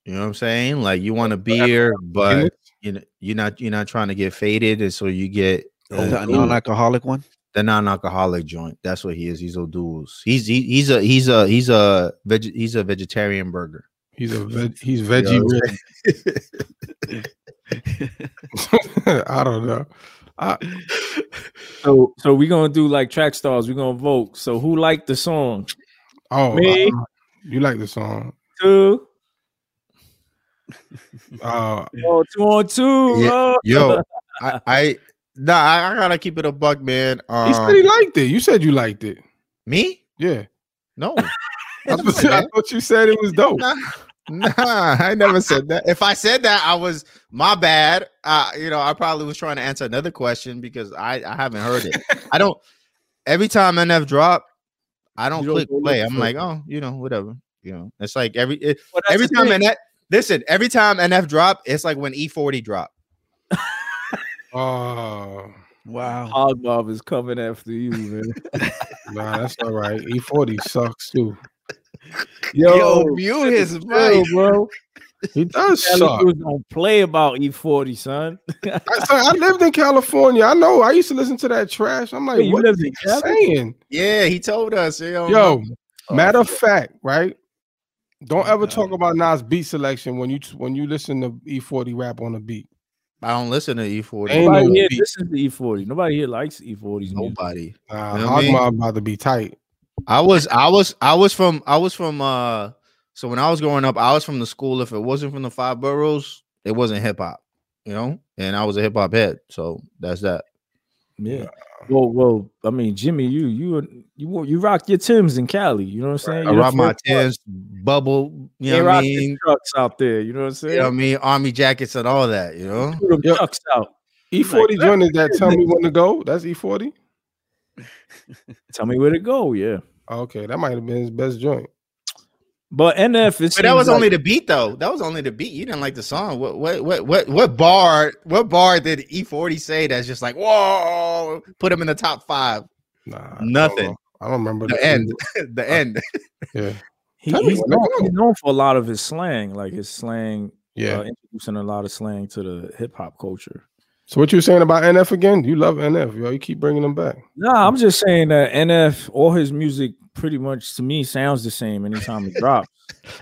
You know what I'm saying? Like you want a beer, but you know you're not you're not trying to get faded, and so you get Oh, uh, The non-alcoholic one. the non-alcoholic joint. That's what he is. He's O'Doul's. He's he, he's a he's a he's a veg, he's a vegetarian burger. he's a veg, he's You veggie know what rich. I'm saying? I don't know. I, So, so we're gonna do like track stars. We're gonna vote. So, who liked the song? oh, Me? uh, you like the song? Two, Uh, oh, two on two. Yeah. oh. Yo, I I nah, I, I gotta keep it a buck, man. Um, he said he liked it. You said you liked it. me? Yeah. No. I Never thought, you, said I that. thought you said it was dope. Nah, nah, I never said that. If I said that, I was my bad. Uh, you know, I probably was trying to answer another question because I, I haven't heard it. I don't every time NF drop, I don't, You don't click go play. look I'm for like, it. oh, you know, whatever. You know, it's like every it, Well, that's every the time thing. NF listen, every time NF drop, it's like when E40 drop. Oh, Wow. Hogbob is coming after you, man. nah, that's all right. E40 sucks too. Yo, mute his Yo, bro. He does Cali suck. Cruz don't play about E40, son. I, son, I lived in California. I know. I used to listen to that trash. I'm like, Wait, you what lived is in he Cali? saying? Yeah, he told us. You know, Yo, Oh, matter of fact, right? Don't Oh, ever God. talk about Nas beat selection when you when you listen to E40 rap on a beat. I don't listen to E E40. Ain't Nobody no here beat. listens to E40. Nobody here likes E E40's music. Nobody. Nah, You know what I Hog mean? Mob about to be tight. I was I was I was from I was from uh so when I was growing up, I was from the school. If it wasn't from the five boroughs, it wasn't hip hop, you know, and I was a hip hop head, so that's that. Yeah. Well, well, I mean, Jimmy, you you you you rock your Tims in Cali. You know what I'm saying? I You rock the my first one. tens, bubble, you They know what I rock mean? the trucks out there. You know what I'm You know what saying? I mean? Army jackets and all that, you know? Put them Yep. trucks out. E40 jointed that tell me when to go. That's E E40. Tell me where to go. Yeah. Okay, that might have been his best joint. But NF, it's But that was only the beat though. That was only the beat. You didn't like the song. What what what what what bar what bar did E40 say that's just like whoa put him in the top five? Nah, Nothing. I don't, know. I don't remember The end. the end. Yeah, he, Tell me he's, where to known, go. he's known for a lot of his slang, like his slang, yeah. uh, introducing a lot of slang to the hip hop culture. so what you saying about NF again? You love NF, yo. You keep bringing them back. Nah, I'm just saying that NF, all his music pretty much to me sounds the same anytime it drops.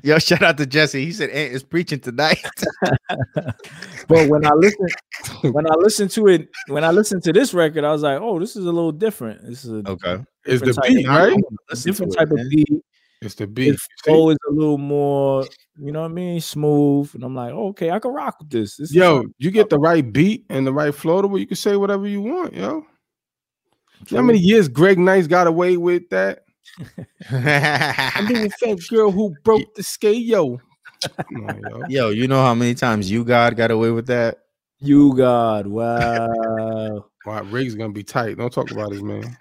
Yo, shout out to Jesse. He said Ant is preaching tonight. But when I listen, when I listen to it, when I listen to this record, I was like, "Oh, this is a little different. This is a okay. Oh, It's the Different type beat, of- right? different type of beat. It's the beat. His flow is a little more, you know what I mean, smooth." And I'm like, oh, "Okay, I can rock with this." this is Yo, you get the right beat and the right flow to where you can say whatever you want, yo. You know how many years Greg Knights got away with that? a fat girl who broke the skate, yo. Come on, yo. Yo, you know how many times you God got away with that? You God, wow. My rig's gonna be tight. Don't talk about his man.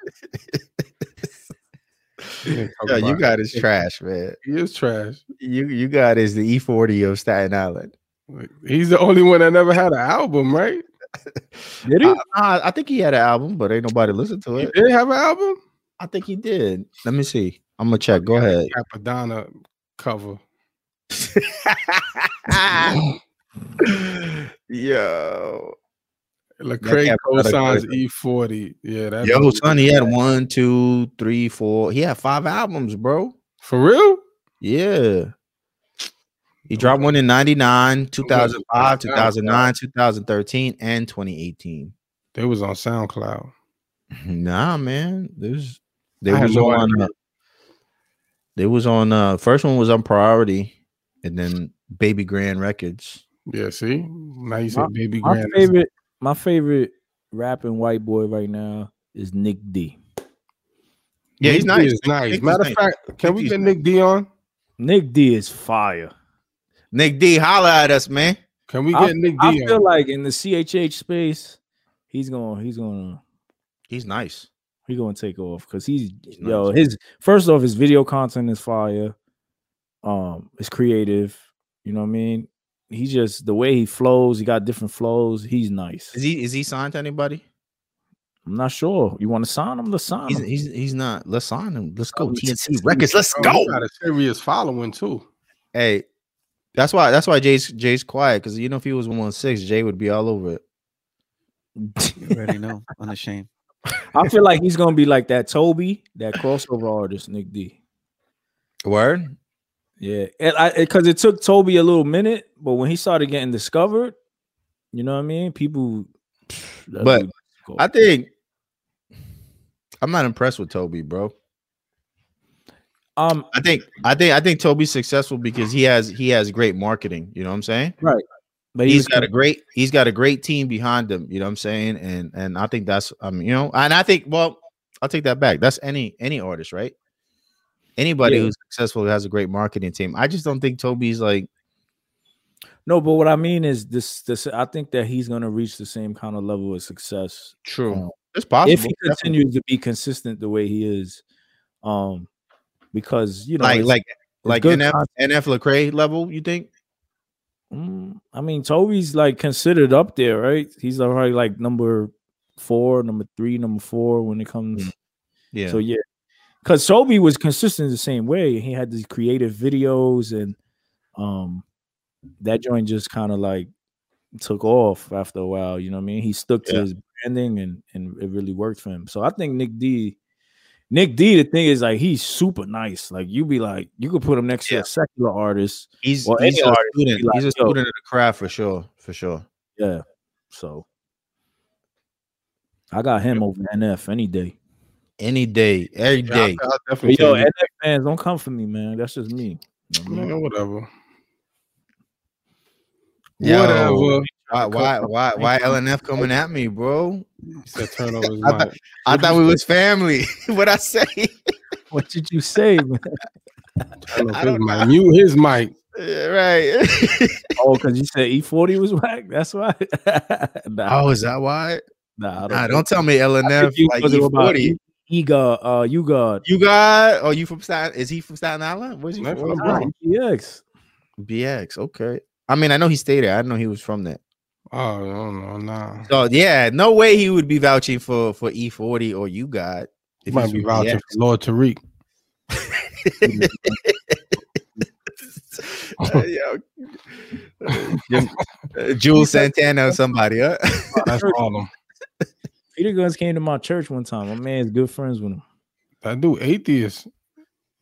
Yo, you God is trash, man. He is trash. You you God is the E40 of Staten Island. Like, He's the only one that never had an album, right? Did he? I, I- I think he had an album, but ain't nobody listened to He it. did have an album. I think he did. Let me see. I'm gonna check. Go ahead. Capadonna cover. Ah. Yo. Lecrae Capadonna co-signs cover. E40. Yeah, that Yo, dude- son, he had one, two, three, four. He had five albums, bro. for real. Yeah. He dropped one in 99, 2005, 2009, 2013, and 2018. They was on SoundCloud. Nah, man. There's they I had was no on idea. uh, they was on uh first one was on priority and then baby grand records. Yeah, see, now you said Baby My Grand. favorite, my favorite rapping white boy right now is Nick D. Yeah, he's Nick nice. D is nice. Nick is Matter of nice. fact, can we Nick D get is Nick D on? Nick D is fire. Nick D, holla at us, man. Can we get Nick I D feel on? like in the CHH space, he's going, he's going to, He's nice. he going to take off because he's He's yo nice. his first off his video content is fire. Um, it's creative. You know what I mean? He just the way he flows. He got different flows. He's nice. Is he is he signed to anybody? I'm not sure. You want to sign him? Let's sign He's him. he's, he's not. Let's sign him. Let's Oh, go. he's- TNT records. Let's Oh, go. he Got a serious following too. Hey, that's why that's why Jay's Jay's quiet because you know if he was one one six, Jay would be all over it. You already know. Unashamed. I feel like he's gonna be like that Toby, that crossover artist, Nick D. Word. Yeah, and I because it took Toby a little minute, but when he started getting discovered, you know what I mean. People, that But dude- I think I'm not impressed with Toby, bro. um, I think I think I think Toby's successful because he has he has great marketing. You know what I'm saying? but he He's was got a great he's got a great team behind him. You know what I'm saying? And and I think that's I mean you know and I think well I'll take that back. That's any any artist, right? Anybody Yeah. who's successful has a great marketing team. I just don't think Toby's like No, but what I mean is this. This I think that he's gonna reach the same kind of level of success true. um, it's possible. if he definitely. continues to be consistent the way he is. Um, because you know, like it's- like like good NF content. NF Lecrae level, you think? mm, I mean, Toby's like considered up there, right? He's already like number four, number three, number four when it Hmm. comes. Yeah. So yeah, because Toby was consistent the same way. He had these creative videos, and um, that joint just kind of like took off after a while. You know what I mean? He stuck to Yeah. his branding, and and it really worked for him. So I think Nick D, Nick D, the thing is like he's super nice. Like you be like you could put him next Yeah. to a secular artist. he's Well, he's any a artist would student. be like, he's a yo. student of the craft for sure, for sure. Yeah. So I got him over NF any day. Any day, every Yeah, I, day. I definitely. But yo, Yo, NF fans, don't come for me, man. That's just me. You know what I mean? man, whatever. Yo, Whatever. Why, why, why, why LNF coming at me, bro? He said turnovers. is I thought- not- I thought we was family. what I say? What did you say? man? turnovers I is don't not- Mute his mic. Yeah, right. oh, because you said E forty was whack. That's why. nah, oh, is that why? nah, I don't. Nah, think- don't tell me I LNF think you like was about E40. E- Ega, uh, you got You got? Oh, you from Staten? Is he from Staten Island? Where's he Man, from? from the Where's he Bronx. E EX. from? BX. Okay. I mean, I know he stayed there. I know he was from there. Oh, I don't know. Nah. So yeah, no way he would be vouching for for E40 or you got. He might be vouching for Lord Tariq. uh, yeah. Uh, Jim- uh, Jules Santana or somebody, huh? That's problem. Peter Guns came to my church one time. My man's good friends with him. That dude atheist.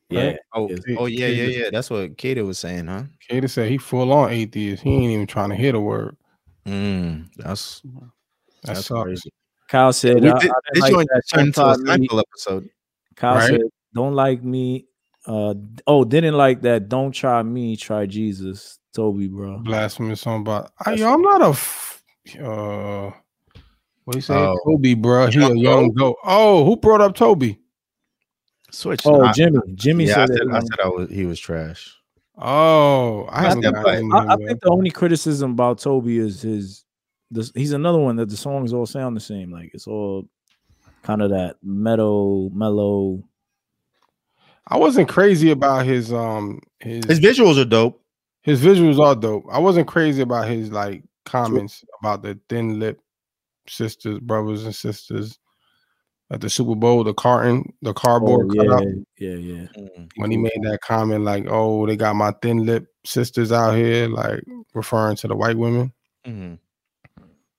Yeah, Oh, Yes. oh yeah, yeah, yeah. That's what Kato was saying, huh? Katie said he full on atheist. He ain't even trying to hear the word. Mm, that's That that's sucks. crazy. Kyle said, We I- I did- didn't this like joint that turned into a Chantal Lee. Seinfeld episode. Kyle Right. said, "Don't like me." Uh oh, didn't like that. Don't try me. Try Jesus, Toby, bro. Blasphemous song about I, That's yo, I'm not a f- uh what you say? Oh. Toby, bro. He a Young young goat. Oh, who brought up Toby? Switch. Oh, I- Jimmy, Jimmy yeah, I said, said, that. I said I was he was trash. Oh, I That's haven't that gotten into I, I him yet. think the only criticism about Toby is his. This, he's another one that the songs all sound the same. Like it's all kind of that metal, mellow. I wasn't crazy about his um his His visuals are dope. his visuals are dope. I wasn't crazy about his like comments about the thin lip sisters, brothers and sisters at the Super Bowl, the carton, the cardboard Oh, cutout. yeah, yeah, yeah. Mm-hmm. When he made that comment, like, "Oh, they got my thin lip sisters out here," like referring to the white women. Mhm.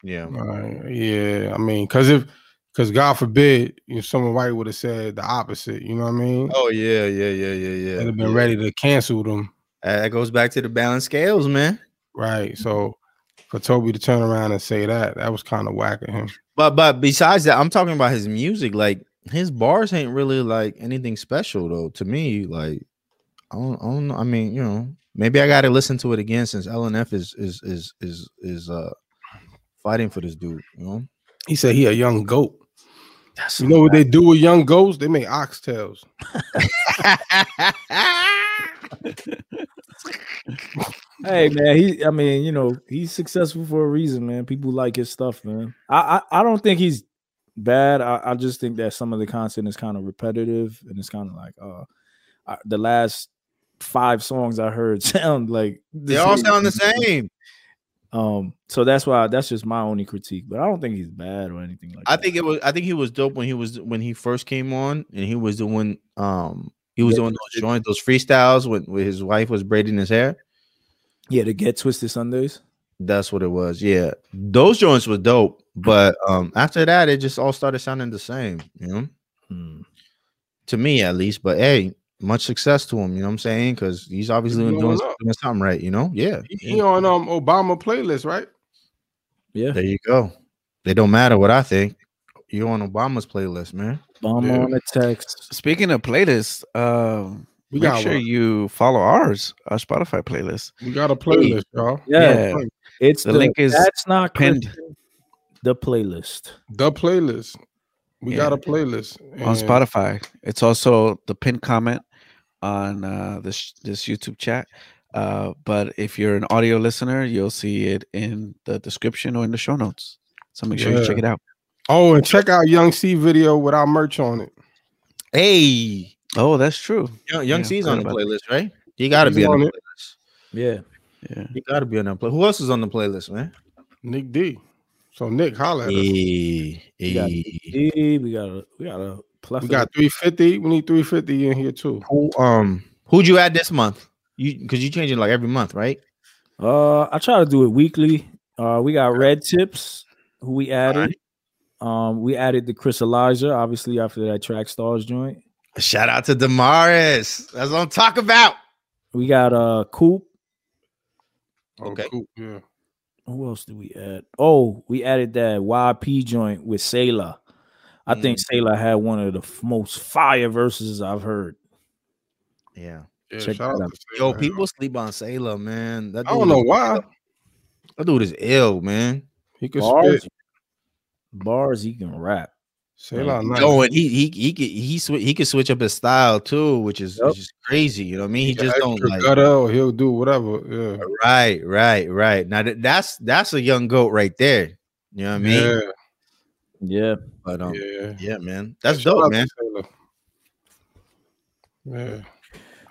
Yeah. Like, yeah, I mean, because if, because God forbid, if someone white would have said the opposite, you know what I mean? Oh yeah, yeah, yeah, yeah, yeah. They'd have been yeah. ready to cancel them, Uh, That goes back to the balance scales, man. right? Mm-hmm. So, for Toby to turn around and say that, that was kind of whack at him. But but besides that, I'm talking about his music. Like his bars ain't really like anything special though. To me, like I don't, I don't know. I mean, you know, maybe I got to listen to it again since LNF is is is is is uh fighting for this dude. You know, He said he a young goat. that's You know what they do with young goats? They make oxtails. Hey man, he I mean, you know, he's successful for a reason, man. People like his stuff, man. I I, I don't think he's bad. I, I just think that some of the content is kind of repetitive and it's kind of like uh I, the last five songs I heard sound like they all sound the same. Um so that's why that's just my only critique, but I don't think he's bad or anything like I that. think it was. I think he was dope when he was when he first came on, and he was doing um he was Yeah. doing those joint those freestyles when, when his wife was braiding his hair. yeah, to get twisted Sundays. That's what it was. Yeah, those joints were dope, but um after that, it just all started sounding the same. You know, Hmm. to me at least. But hey, much success to him. You know what I'm saying? Because he's obviously doing, blowing up. doing something right. You know? Yeah. He, he on um Obama playlist, right? Yeah. There you go. It don't matter what I think. You're on Obama's playlist, man. Bomb Yeah. on the text. Speaking of playlists, um, We make got sure one. you follow ours, our Spotify playlist. We got a playlist, y'all. Yeah. Yeah. It's The link is that's not pinned. Christian, the playlist. The playlist. We got a Yeah. playlist and- on Spotify. It's also the pinned comment on uh, this this YouTube chat. Uh, but if you're an audio listener, you'll see it in the description or in the show notes. So make sure you check it out. Oh, and check out Young C video with our merch on it. Hey, Oh, that's true. Young, Young Yeah, C's forgot on the about playlist, right? He got to He's be on on the it. playlist. Yeah. Yeah. He got to be on that playlist. Who else is on the playlist, man? Nick D. So Nick, holla at us. Hey, got hey. Yeah, we got a we got a plethora. We got 350. We need 350 in here too. Who um who'd you add this month? You because you change it like every month, right? uh I try to do it weekly. Uh we got red tips who we added. Um we added the Chris Elijah, obviously after that track stars joint. Shout out to Damaris. That's what I'm talking about. We got uh Coop. Oh, Okay. cool. Yeah. Who else did we add? Oh, we added that YP joint with Sayla. I think Sayla had one of the f- most fire verses I've heard. Yeah. Yeah, Check shout that out out. to Yo, Sailor. people sleep on Sailor, man. That I dude- don't know why. That dude is ill, man. He could Bars, spit. bars, he can rap. Say a lot of nice. No, and he he he could he sw- he could switch up his style too, which is Yep. which is crazy. You know what I mean? He He'll just don't extra like gutter or he'll do whatever. Yeah. right, right, right. Now that, that's that's a young goat right there. You know what I mean? yeah, Yeah, But um, yeah, yeah. man, that's Shout out dope, to man. Taylor. Yeah.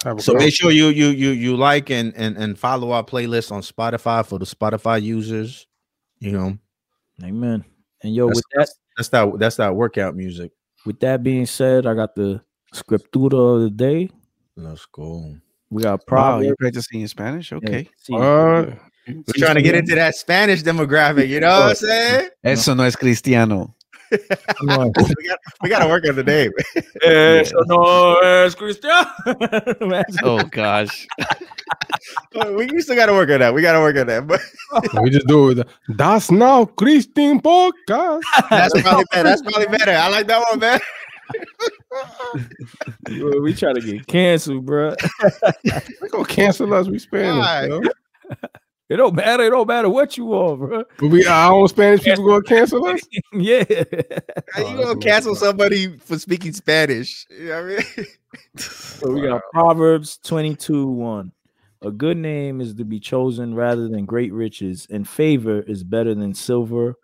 Have a So good make sure you you you you like and and and follow our playlist on Spotify for the Spotify users. You know, amen. And yo, That's- with that, that's that that's that workout music. with that being said, I got the scriptura of the day. Let's go. We got Wow, Proverbs. you're practicing in Spanish? Okay. See, one. Alright. We're trying to get into that Spanish demographic. You know what I'm saying? Eso no es cristiano. come on. we, got, we got to work on the name. Eso no es cristiano. Man, Oh gosh. we, we still got to work on that. We got to work on that. But We just do it. with the, That's now Christine podcast. that's probably better. That's probably better. I like that one, man. bro, we try to get canceled, bro. They gonna cancel us. We Spanish. Alright. yo. It don't matter. It don't matter what you are, bro. But we our own Spanish people gonna cancel us. yeah. How Oh, you that's gonna a cancel mess up. somebody for speaking Spanish? You know what I mean? So we got Proverbs 22 1. A good name is to be chosen rather than great riches, and favor is better than silver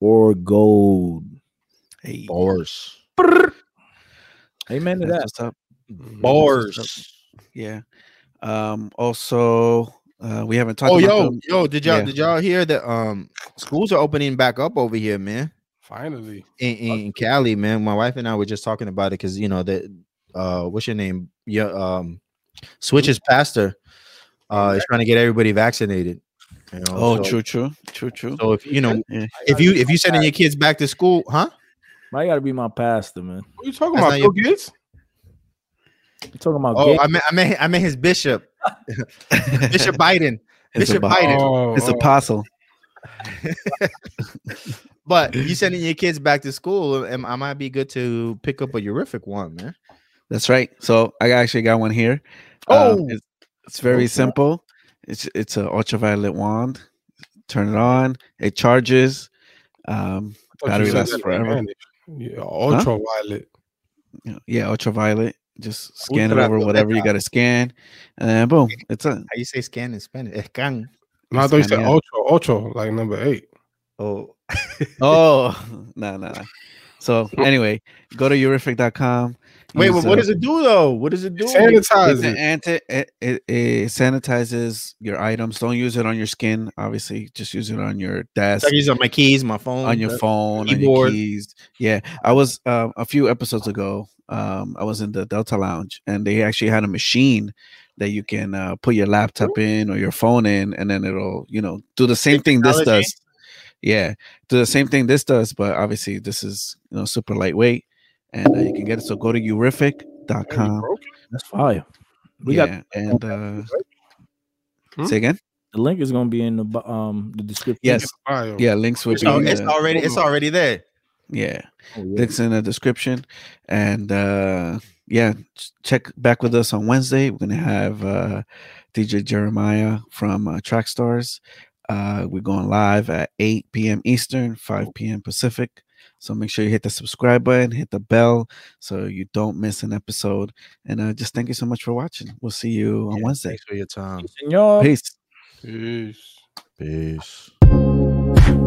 or gold. Hey, Bars. Amen to that. that's what's up. Mm-hmm. Bars. Yeah. Um, also uh, we haven't talked Oh, about yo, them. yo, did y'all Yeah. did y'all hear that um schools are opening back up over here, man? Finally. In, in, in Cali, man. My wife and I were just talking about it because you know that uh what's your name? Yeah, um Switch's pastor uh is trying to get everybody vaccinated. you know, Oh, so- true, true, true, true. So if you know Yeah. if you if you sending your kids back to school, huh? I gotta be my pastor, man. What you talking That's about? not Bill your- Gates? You talking about Oh, gay- I meant I meant I meant his bishop, Bishop Biden. it's Bishop about, Biden. Oh, It's oh. apostle. But you sending your kids back to school, am- I might be good to pick up a horrific one, man. That's right. So I actually got one here. Uh, Oh. it's, it's very Okay. simple. It's it's an ultraviolet wand. Turn it on. It charges. Um, I thought you battery said lasts that in forever. Spanish. Yeah, ultraviolet. you know, yeah, ultraviolet. Just scan it Ultra- over whatever you got to scan, and then boom, it's on. How you say scan in Spanish? Eh, Escan. No, I thought you said Spanish. ultra, ultra, like number eight. Oh, Oh, no, no. no. So anyway, go to eurific.com. wait, use, what uh, does it do though? What does it do? It's Sanitize an it. anti. It, it, it sanitizes your items. Don't use it on your skin. Obviously, just use it on your desk, I use on my keys, my phone, on your phone, on your keyboard. keys. Yeah, I was um, a few episodes ago. Um, I was in the Delta Lounge, and they actually had a machine that you can uh, put your laptop in or your phone in, and then it'll you know do the same thing this Technology. does. Yeah, do the same thing this does, but obviously this is you know super lightweight, and uh, you can get it. So go to eurific.com. that's fire. We got yeah, and uh, Hmm? say again. the link is gonna be in the bo- um the description. Yes, Bio. yeah, links will It's, be. al- in Oh, it's the- already it's already there. yeah, Oh, yeah. links in the description, and uh, yeah, ch- check back with us on Wednesday. We're gonna have uh, DJ Jeremiah from uh, Track Stars. Uh, we're going live at 8 p.m. Eastern, 5 p.m. Pacific. So make sure you hit the subscribe button, hit the bell, so you don't miss an episode. And uh, just thank you so much for watching. We'll see you on Wednesday. Thanks for your time. Senor. Peace. Jeez. Peace.